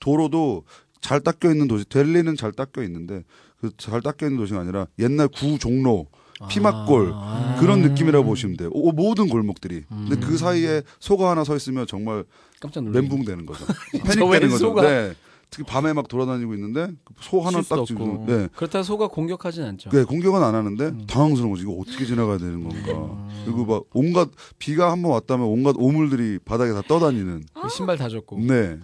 도로도 잘 닦여 있는 도시, 델리는 잘 닦여 있는데 그 잘 닦여 있는 도시가 아니라 옛날 구 종로 피막골 아. 그런 느낌이라고 보시면 돼요. 오, 모든 골목들이. 근데 음. 그 사이에 소가 하나 서 있으면 정말 깜짝 놀래. 멘붕되는 거죠. 웬 패닉되는 거죠. 음. 소가? 네. 특히 밤에 막 돌아다니고 있는데 소 하나 쉴 수도 딱 지금 없고. 네. 그렇다 소가 공격하진 않죠. 네, 공격은 안 하는데 음. 당황스러운 거지. 이거 어떻게 지나가야 되는 건가. 그리고 막 온갖 비가 한 번 왔다면 온갖 오물들이 바닥에 다 떠다니는. 그 신발 다 줬고. 네.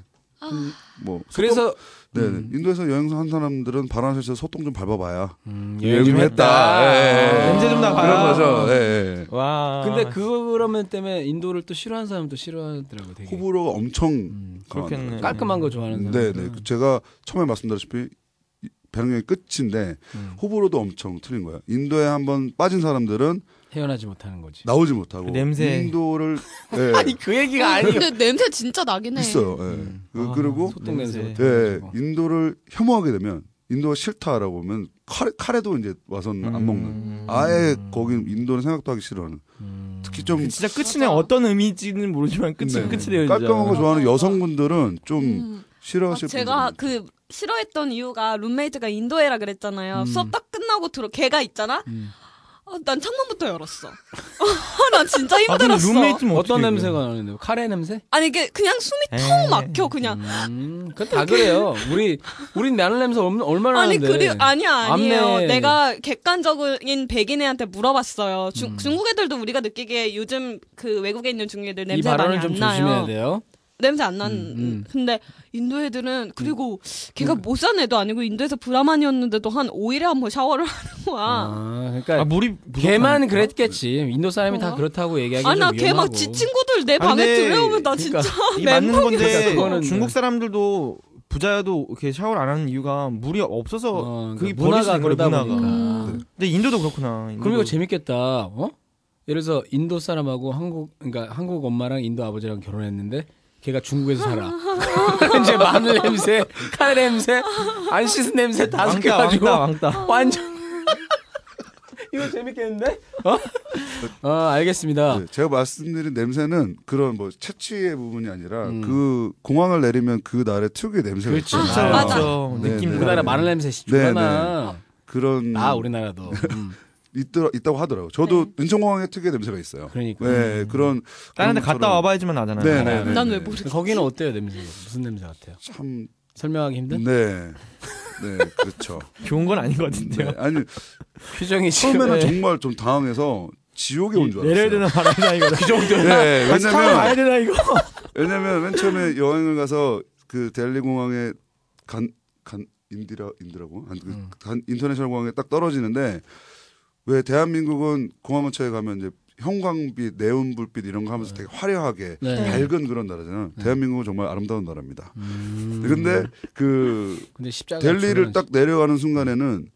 뭐 그래서 음. 소똥- 네, 네. 인도에서 여행사 한 사람들은 바람에서 소똥 좀 밟아봐야 여행 음, 좀 예, 예. 냄새 좀 아. 나봐요. 그런 거죠. 예, 예. 아, 와. 근데 그러면 때문에 인도를 또 싫어하는 사람도 싫어하더라고 되게. 호불호가 엄청 음. 그렇겠네. 강합니다. 깔끔한 거 좋아하는 사람. 네, 네. 그 제가 처음에 말씀드렸다시피 이- 배낭여행 끝인데 음. 호불호도 엄청 틀린 거예요. 인도에 한번 빠진 사람들은 헤어나지 못하는 거지. 나오지 못하고 그 냄새. 인도를 예, 그 얘기가 아, 근데 냄새 진짜 나긴 해. 있어요. 예. 음. 그- 아, 그리고 소똥 냄새. 냄새. 예, 맡아가지고. 인도를 혐오하게 되면 인도가 싫다라고 보면 카레, 카레도 이제 와서는 안 먹는. 아예 거기 인도는 생각도 하기 싫어하는. 특히 좀 진짜 끝이네 어떤 의미인지는 모르지만 끝이 네. 끝이네요. 진짜. 깔끔한 거 좋아하는 여성분들은 좀 어, 음. 아, 싫어하실 제가 분들. 그 싫어했던 이유가 룸메이트가 인도애라 그랬잖아요. 수업 딱 끝나고 들어 걔가 있잖아. 아, 난 창문부터 열었어. 아, 난 진짜 아, 근데 힘들었어. 룸메이트면 어떤 어떻게 냄새가 나는데? 카레 냄새? 아니 이게 그냥 숨이 에이. 턱 막혀 그냥. 음, 그다 그래요. 우리 우린 마늘 냄새 없- 얼마나 아니 나는데. 그리 아니야 아니에요. 암내. 내가 객관적인 백인애한테 물어봤어요. 중, 중국 애들도 우리가 느끼기에 요즘 그 외국에 있는 중국 애들 이 냄새 많이 발언을 안 좀 나요. 조심해야 돼요. 냄새 안 난. 음, 음. 근데 인도 애들은 그리고 걔가 못 산 애도 아니고 인도에서 브라만이었는데도 한 5일에 한 번 샤워를 하는 거야. 아, 그러니까 아 물이 걔만 그랬겠지. 인도 사람이 다 뭐야? 그렇다고 얘기하기 아 좀 나 위험하고. 아, 걔 막 지 친구들 내 방에 근데 들어오면 나 그러니까 진짜 이 맞는 건데 그거는 어, 중국 사람들도 부자여도 이렇게 샤워를 안 하는 이유가 물이 없어서 어, 그게 그러니까 문화가 버리시는 거래, 그러다 문화가. 보니까. 음. 근데 인도도 그렇구나. 인도도. 그럼 이거 그러니까 재밌겠다. 어? 예를 들어서 인도 사람하고 한국 그러니까 한국 엄마랑 인도 아버지랑 결혼했는데 걔가 중국에서 살아. 이제 마늘 냄새, 카레 냄새, 안 씻은 냄새 다 왕따, 섞여가지고 왕따 왕따. 완전 이거 재밌겠는데? 어? 어 아, 알겠습니다. 네, 제가 말씀드린 냄새는 그런 뭐 채취의 부분이 아니라 그 공항을 내리면 그 날의 특유의 냄새가 그렇죠. 있잖아요. 아, 맞아. 맞죠. 네, 느낌. 네. 우리나라 마늘 냄새 좋잖아. 네. 그런 나 우리나라도. 음. 있더, 있다고 하더라고요. 저도 네. 인천공항의 특유의 냄새가 있어요. 그러니까. 네, 그런 다른 데 음, 갔다 것처럼. 와봐야지만 나잖아요. 네, 네, 네. 난 왜 모르지? 거기는 어때요 냄새? 무슨 냄새 같아요? 참 설명하기 네. 음. 힘든? 네, 그렇죠. 좋은 건 아닌 것 네, 같은데요. 아니 표정이 지금 네. 처음에는 정말 좀 당황해서 지옥에 온 줄 알았어요. 네. 내려야 되나 말아야 되나 아, 이거. 그 정도. 가야 네, 왜냐면 되나 이거. 아. 왜냐면 맨 처음에 여행을 가서 그 델리 공항에 간 간 인디라 인디라고 한, 그, 음. 간 인터내셔널 공항에 딱 떨어지는데 왜 대한민국은 공항 근처에 가면 이제 형광빛, 네온 불빛 이런 거 하면서 되게 화려하게 네. 밝은 그런 나라잖아요. 네. 대한민국은 정말 아름다운 나라입니다. 음. 근데 그 근데 십자가 델리를 딱 내려가는 순간에는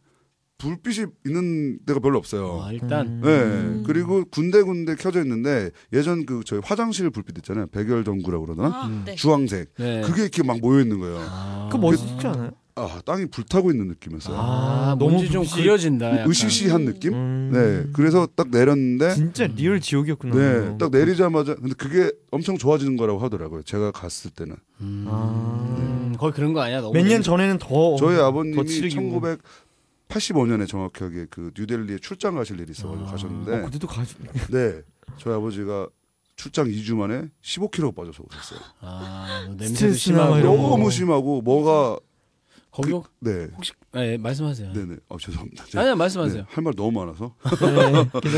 불빛이 있는 데가 별로 없어요. 아, 일단 음. 네. 그리고 군데군데 켜져 있는데 예전 그 저희 화장실 불빛 있잖아요. 백열전구라고 그러나? 아, 네. 주황색. 음. 네. 그게 이렇게 막 모여 있는 거예요. 아, 그 멋있지 않아요? 아, 땅이 불타고 있는 느낌이었어요. 아, 아, 뭔지 너무 좀 불씨- 그려진다. 약간. 으시시한 느낌? 음. 네. 그래서 딱 내렸는데 진짜 리얼 지옥이었구나. 네. 딱 내리자마자 근데 그게 엄청 좋아지는 거라고 하더라고요. 제가 갔을 때는. 음, 거의 그런 거 아니야? 너무 아. 몇 년 재밌- 전에는 더 저희 더 아버님이 치르기고. 1985년에 정확하게 그 뉴델리에 출장 가실 일이 있어가지고 어, 가셨는데, 그때도 가죠. 네, 저희 아버지가 출장 2주 만에 15kg 빠져서 오셨어요. 아, 냄새도 스트레스나 막 심하고 이런 거. 너무 심하고 뭐가 거기 혹- 네, 혹시 네, 말씀하세요. 네, 네, 아 죄송합니다. 제가- 아니야 말씀하세요. 네, 할말 너무 많아서.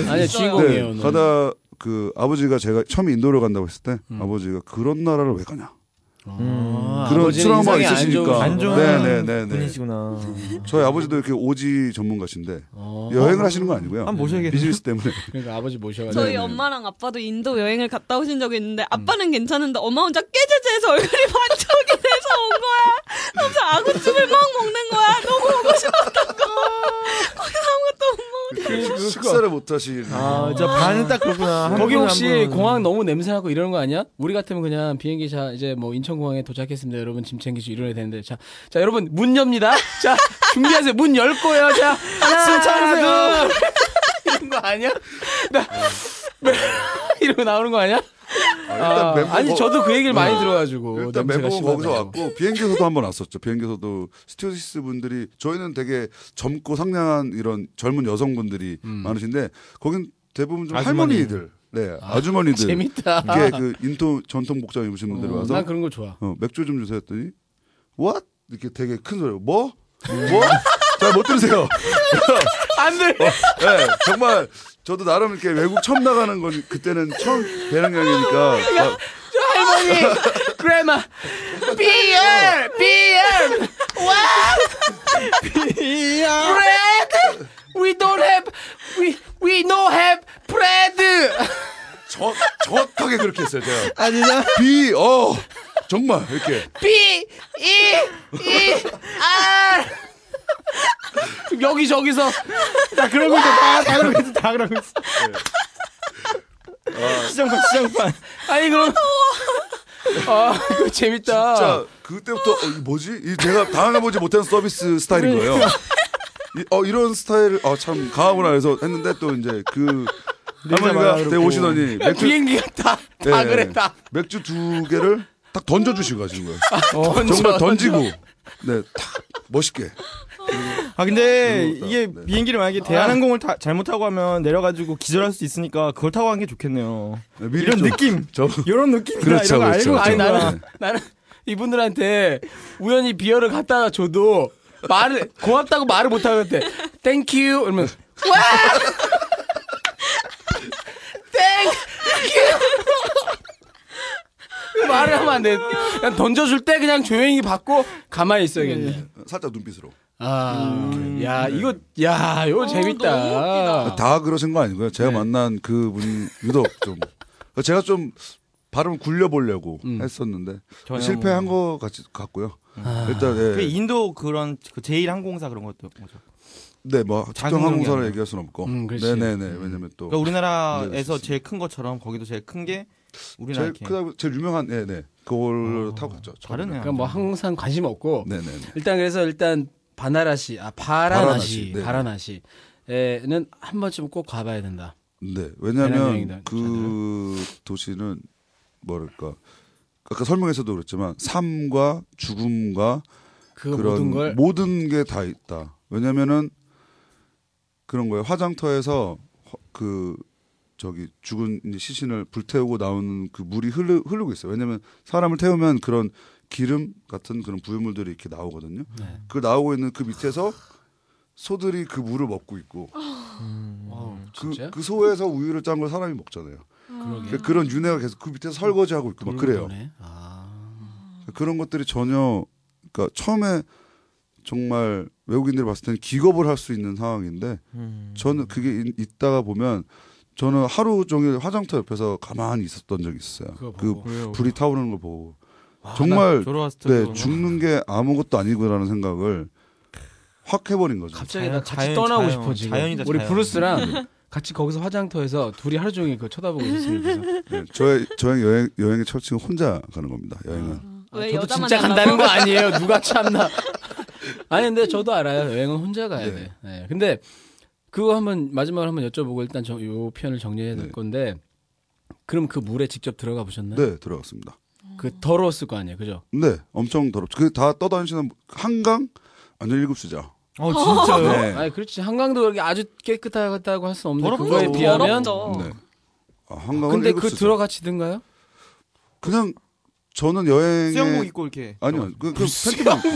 아니야 주인공이에요. 네, 오늘. 가다 그 아버지가 제가 처음에 인도를 간다고 했을 때 아버지가 그런 나라를 왜 가냐? 아, 그런 아버지는 트라우마가 인상이 안 있으시니까. 좋으시구나. 음, 안 좋은 네, 네, 네, 네. 분이시구나. 저희 아버지도 이렇게 오지 전문가신데 어, 여행을 하시는 건 아니고요. 한번 모셔야겠네. 비즈니스 때문에. 그러니까 아버지 모셔가지고 저희 네, 네. 엄마랑 아빠도 인도 여행을 갔다 오신 적이 음. 있는데 아빠는 괜찮은데 엄마 혼자 깨제제해서 얼굴이 반쪽이 돼서 온 거야. 그래서 아구찜을 막 먹는 거야. 너무 오고 싶었다고. 아. 거기서 아무것도 못 먹었어. 식사를 못 하시는. 아, 저 반은 딱 그렇구나. 거기 한 분은 혹시 한 분은. 공항 너무 냄새나고 이러는 거 아니야? 우리 같으면 그냥 비행기 자 이제 뭐 인천공항에 도착했습니다. 여러분 짐 챙기시고 이러야 되는데 자, 자 여러분 문 엽니다. 자 준비하세요. 문 열 거예요. 자 하나 둘 이런 거 아니야? 나 네. 이러고 나오는 거 아니야? 일단 멤버 뭐 아니 거- 음. 저도 그 얘기를 많이 들어가지고 일단 냄새가 멤버는 심하다고. 거기서 왔고 비행기에서도 한 번 왔었죠. 비행기에서도 스튜어디스 분들이 저희는 되게 젊고 상냥한 이런 젊은 여성분들이 음. 많으신데 거긴 대부분 좀 아주머니. 할머니들, 네 아주머니들 재밌다. 이게 그 인도 전통 복장 입으신 음. 분들이 어, 와서 난 그런 거 좋아. 어, 맥주 좀 주세요 했더니 what 이렇게 되게 큰 소리로 뭐 뭐? 잘 못 들으세요. 안돼. 네, 정말 저도 나름 이렇게 외국 처음 나가는 건 그때는 처음 배낭여행이니까 아, 막 할머니, 그래마, 비엘, 비엘, 와, bread. We don't have, we we no have bread. 정, 정확하게 그렇게 했어요 제가. 아니냐? 비, 어, 정말, 이렇게. B E E R. 여기 저기서 다 그러고 있어. 다, 다 그러고 있어. 다 그러고 있어. 네. 아. 시장판 시장판. 아니 그럼 아 이거 어. 재밌다. 진짜, 그때부터, 어, 이거 뭐지? 이 제가 당해보지 못한 서비스 스타일인 거예요. 이, 어, 이런 스타일, 어, 참, 강하구나 해서 했는데 또 이제 그, 네, 할머니가 말아요, 네, 내 이러고. 오시더니 야, 비행기가 다다 예, 그래 다 맥주 두 개를 딱 던져주시고 하시는 거예요. 아, 던져, 어, 던져. 정말 던지고, 네, 탁, 멋있게. 아 근데 그리고- 이게 네. 비행기를 만약에 대한항공을 타- 잘못 타고 하면 내려가지고 기절할 수 있으니까 그걸 타고 간 게 좋겠네요. 네, 미리 이런 좀- 느낌. 저, 이런 느낌이다. 그렇죠, 이런 거 그렇죠. 알고 아니 그렇죠. 나는 나는 이분들한테 우연히 비어를 갖다가 줘도 말을 고맙다고 말을 못 하겠대. 땡큐 이러면 와! 땡큐. 그 말을 하면 안 돼. 그냥 던져줄 때 그냥 조용히 받고 가만히 있어야겠네. 살짝 눈빛으로. 아, 야 이거 야 이거 재밌다. 어, 너무 아. 웃기다. 다 그러신 거 아니고요. 네. 제가 만난 그분 유독 좀 제가 좀 발음 굴려보려고 했었는데 전혀 실패한 거 같이 같고요. 일단 그 네, 인도 그런 그 제일 항공사 그런 것도 뭐죠. 네, 뭐 특정 작은 항공사를 경우야. 얘기할 수는 없고, 음, 그렇지. 네네네 왜냐면 또 그러니까 우리나라에서 있었어요. 제일 큰 것처럼 거기도 제일 큰 게 우리나라 네, 제일 이렇게 크다고 제일 유명한 네네 그걸로 타고 갔죠. 처음에. 다르네요. 그러니까 뭐 항상 관심 없고 네네네. 일단 그래서 일단 바나라시 아 바라나시 바라나시, 네. 바라나시 에는 한 번쯤 꼭 가봐야 된다. 네, 배낭여행이다, 왜냐하면 그 도시는 뭐랄까 아까 설명에서도 그랬지만 삶과 죽음과 그 모든 걸 게 다 있다. 왜냐면은 그런 거예요. 화장터에서 허- 그 저기 죽은 이제 시신을 불태우고 나오는 그 물이 흐르, 흐르고 있어요. 왜냐면 사람을 태우면 그런 기름 같은 그런 부유물들이 이렇게 나오거든요. 네. 그 나오고 있는 그 밑에서 소들이 그 물을 먹고 있고 와우, 아, 어, 진짜 그, 그 소에서 우유를 짠 걸 사람이 먹잖아요. 그러게 그런 윤회가 계속 그 밑에서 설거지하고 있고 막 그래요. 돌고래? 음, 아, 그런 것들이 전혀 그러니까 처음에 정말 외국인들이 봤을 때는 기겁을 할 수 있는 상황인데 음. 저는 그게 인- 있다가 보면 저는 하루 종일 화장터 옆에서 가만히 있었던 적이 있어요. 그거 아, 그 보고 왜요? 불이 타오르는 걸 보고 와, 정말 조로아스터 네 그런 거? 죽는 게 아무것도 아니구나라는 생각을 확 해버린 거죠. 갑자기 자연, 나 같이 자연, 떠나고 자연. 싶어 지금. 자연이다, 네. 우리 자연. 브루스랑 같이 거기서 화장터에서 둘이 하루 종일 그 쳐다보고 있었습니다. 그래서. 네, 저의 저의 여행 여행의 철칙은 혼자 가는 겁니다. 여행은 아, 왜 저도 여자만 진짜 만나고? 간다는 거 아니에요. 누가 참나. 아니 근데 저도 알아요. 여행은 혼자 가야 네. 돼. 네. 근데 그거 한번 마지막으로 한번 여쭤보고 일단 저요 편을 정리해 놓을 네. 건데 그럼 그 물에 직접 들어가 보셨나요? 네 들어갔습니다. 그 더러웠을 거 아니에요. 그죠? 네 엄청 더럽죠. 그 다 떠다니시는 한강 완전 일곱 시죠. 어 진짜요? 네. 아니 그렇지. 한강도 그렇게 아주 깨끗하다고 할 수 없는데 더럽죠. 그거에 비하면 음, 더럽죠. 네. 아, 한강은 근데 그 일곱 시죠. 들어가시던가요? 그냥 저는 여행에 수영복 입고 이렇게. 네. 아니요 그, 그 팬티방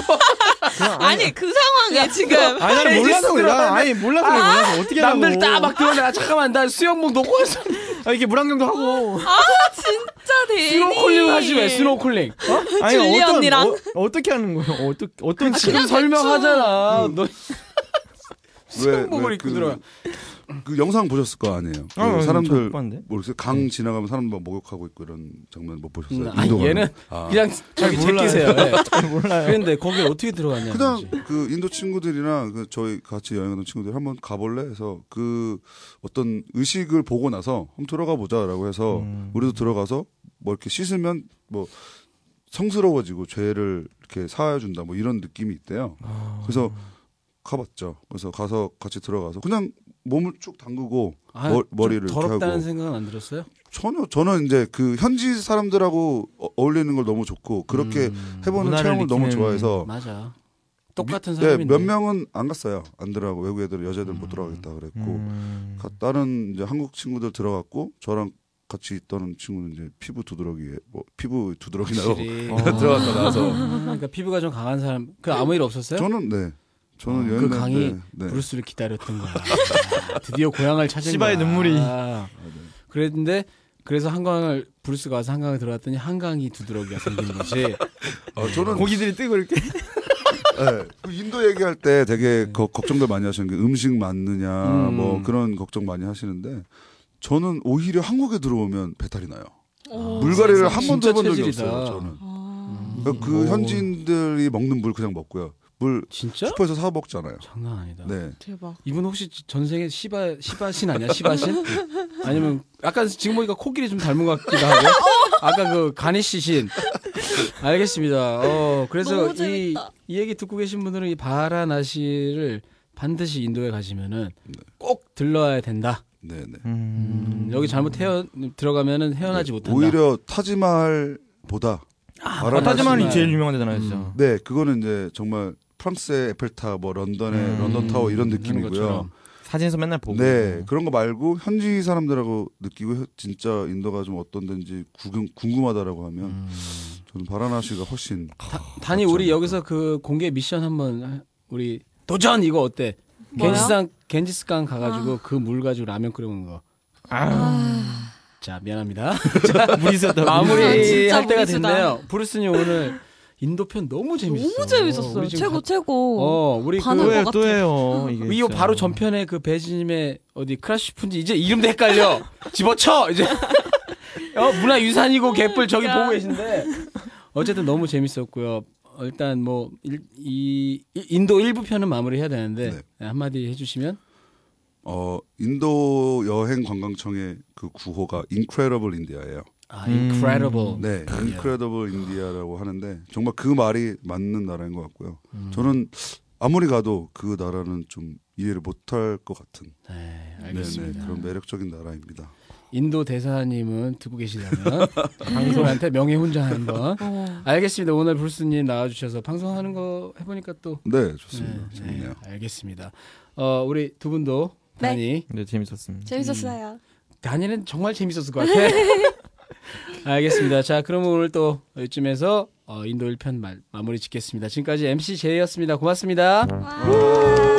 그냥 아니 그 상황에 지금 아니 나는 몰라서 그래. 나 아니 몰라서 그래. 몰라서 어떻게 하고. 남들 따막 들어나 잠깐만 나 수영복 놓고 왔어. 아, 이렇게 물안경도 하고. 아, 진짜 대니 스노클링 하지 왜 스노클링? 어? 아니 줄리 어떤 언니랑? 어, 어떻게 하는 거예요? 어떻게 어떤 지금 지금 설명하잖아. 음. 너 왜, 수영복을 왜 입고 그- 들어요. 음, 그 영상 보셨을 거 아니에요. 그 아, 저못 사람들 봤는데. 모르겠어요. 강 지나가면 사람 막 목욕하고 있고 이런 장면 못 보셨어요? 네. 음, 아니, 인도 가면. 얘는 아. 그냥 저기 제끼세요. 예. 몰라요. 그런데 거기 어떻게 들어갔냐? 그냥 그 인도 친구들이랑 그 저희 같이 여행하던 친구들 한번 가볼래 해서 그 어떤 의식을 보고 나서 한번 들어가 보자라고 해서 음. 우리도 들어가서 뭐 이렇게 씻으면 뭐 성스러워지고 죄를 이렇게 사해준다 뭐 이런 느낌이 있대요. 그래서 가봤죠. 그래서 가서 같이 들어가서 그냥 몸을 쭉 담그고 머- 머리를 이렇게 아, 더럽다는 하고 생각은 안 들었어요? 전혀 저는 이제 그 현지 사람들하고 어- 어울리는 걸 너무 좋고 그렇게 음, 해보는 문화를 체험을 너무 느끼는- 좋아해서 맞아. 똑같은 어. 미- 네, 사람인데. 몇 명은 안 갔어요. 안 들어가고 외국 애들 여자들은 못 들어가겠다 그랬고 음. 가- 다른 이제 한국 친구들 들어갔고 저랑 같이 있던 친구는 이제 피부 두드러기에 뭐 피부 두드러기나로 확실히. 들어갔다 나와서 아, 그러니까 피부가 좀 강한 사람. 그 아무 일 없었어요? 저는 네 어, 저는 그 여행 강의 때 네. 브루스를 기다렸던 거야. 아, 드디어 고향을 찾은 시바의 거야. 눈물이. 아, 그랬는데 그래서 한강을 브루스가 와서 한강을 들어갔더니 한강이 두드러기가 생긴 거지. 아, 저는 고기들이 뜨고 이렇게. 네. 그 인도 얘기할 때 되게 거- 걱정들 많이 하시는 게 음식 맞느냐 네. 음. 뭐 그런 걱정 많이 하시는데 저는 오히려 한국에 들어오면 배탈이 나요. 물갈이를 한 번도 어. 아, 진짜 해본 적이 체질이다. 음. 없어요. 저는 아, 그러니까 그 오. 현지인들이 먹는 물 그냥 먹고요. 물 진짜? 슈퍼에서 사 먹잖아요. 장난 아니다. 네. 대박. 이분 혹시 전 세계 시바 시바신 아니야? 시바신? 아니면 약간 지금 보니까 코끼리 좀 닮은 것 같기도 하고. 아까 그 가니시신. 알겠습니다. 어 그래서 너무 이 이 재밌다. 얘기 듣고 계신 분들은 이 바라나시를 반드시 인도에 가시면은 꼭 들러야 된다. 네, 네. 음, 여기 잘못 헤어 들어가면은 헤어나지 못한다. 오히려 타지마할보다 아, 타지마할이 타지만이 제일 제일 유명한 데잖아요, 진짜. 네, 그거는 이제 정말 프랑스의 에펠탑, 뭐 런던의 음, 런던 타워 이런 하는 느낌이고요. 것처럼. 사진에서 맨날 보고. 네, 그런 거 말고 현지 사람들하고 느끼고 진짜 인도가 좀 어떤 데인지 구경 궁금하다라고 하면 음. 저는 바라나시가 훨씬 다니 우리 여기서 그 공개 미션 한번 하- 우리 도전 이거 어때? 뭐요? 아. 겐지스강 겐지스강 가가지고 그 물 가지고 라면 끓여 먹는 거. 아, 자 미안합니다. 무리수였다. 아, 마무리 진짜 할 때가 무리수다. 됐네요. 브루스님 오늘 인도 편 너무 재밌었어. 너무 재밌었어요. 우리 지금 최고 가- 최고. 어 우리 반응 그 것 또해요, 같아. 또해요. 이게 이거 진짜. 바로 전편에 그 배지님의 어디 크라시 푼지 이제 이름도 헷갈려. 집어쳐 이제. 어 문화 유산이고 개뿔 저기 야. 보고 계신데 어쨌든 너무 재밌었고요. 어, 일단 뭐 이 인도 일부 편은 마무리해야 되는데 네. 네, 한마디 해주시면 어 인도 여행 관광청의 그 구호가 Incredible India예요. 아 음. incredible. 네, Incredible India라고 하는데 정말 그 말이 맞는 나라인 것 같고요. 저는 아무리 가도 그 나라는 좀 이해를 못할 것 같은 네, 네네, 알겠습니다. 그런 매력적인 나라입니다. 인도 대사님은 듣고 계시려면 방송한테 명예 훈장 한번. 어. 알겠습니다. 오늘 불스님 나와주셔서 방송하는 거 해보니까 또 네, 좋습니다. 재밌네요. 알겠습니다. 어, 우리 두 분도 네. 다니 네, 재밌었습니다. 재밌었어요. 다니는 정말 재밌었을 것 같아. 알겠습니다. 자, 그럼 오늘 또 이쯤에서 어, 인도 1편 마, 마무리 짓겠습니다. 지금까지 MC 제이였습니다. 고맙습니다. 와.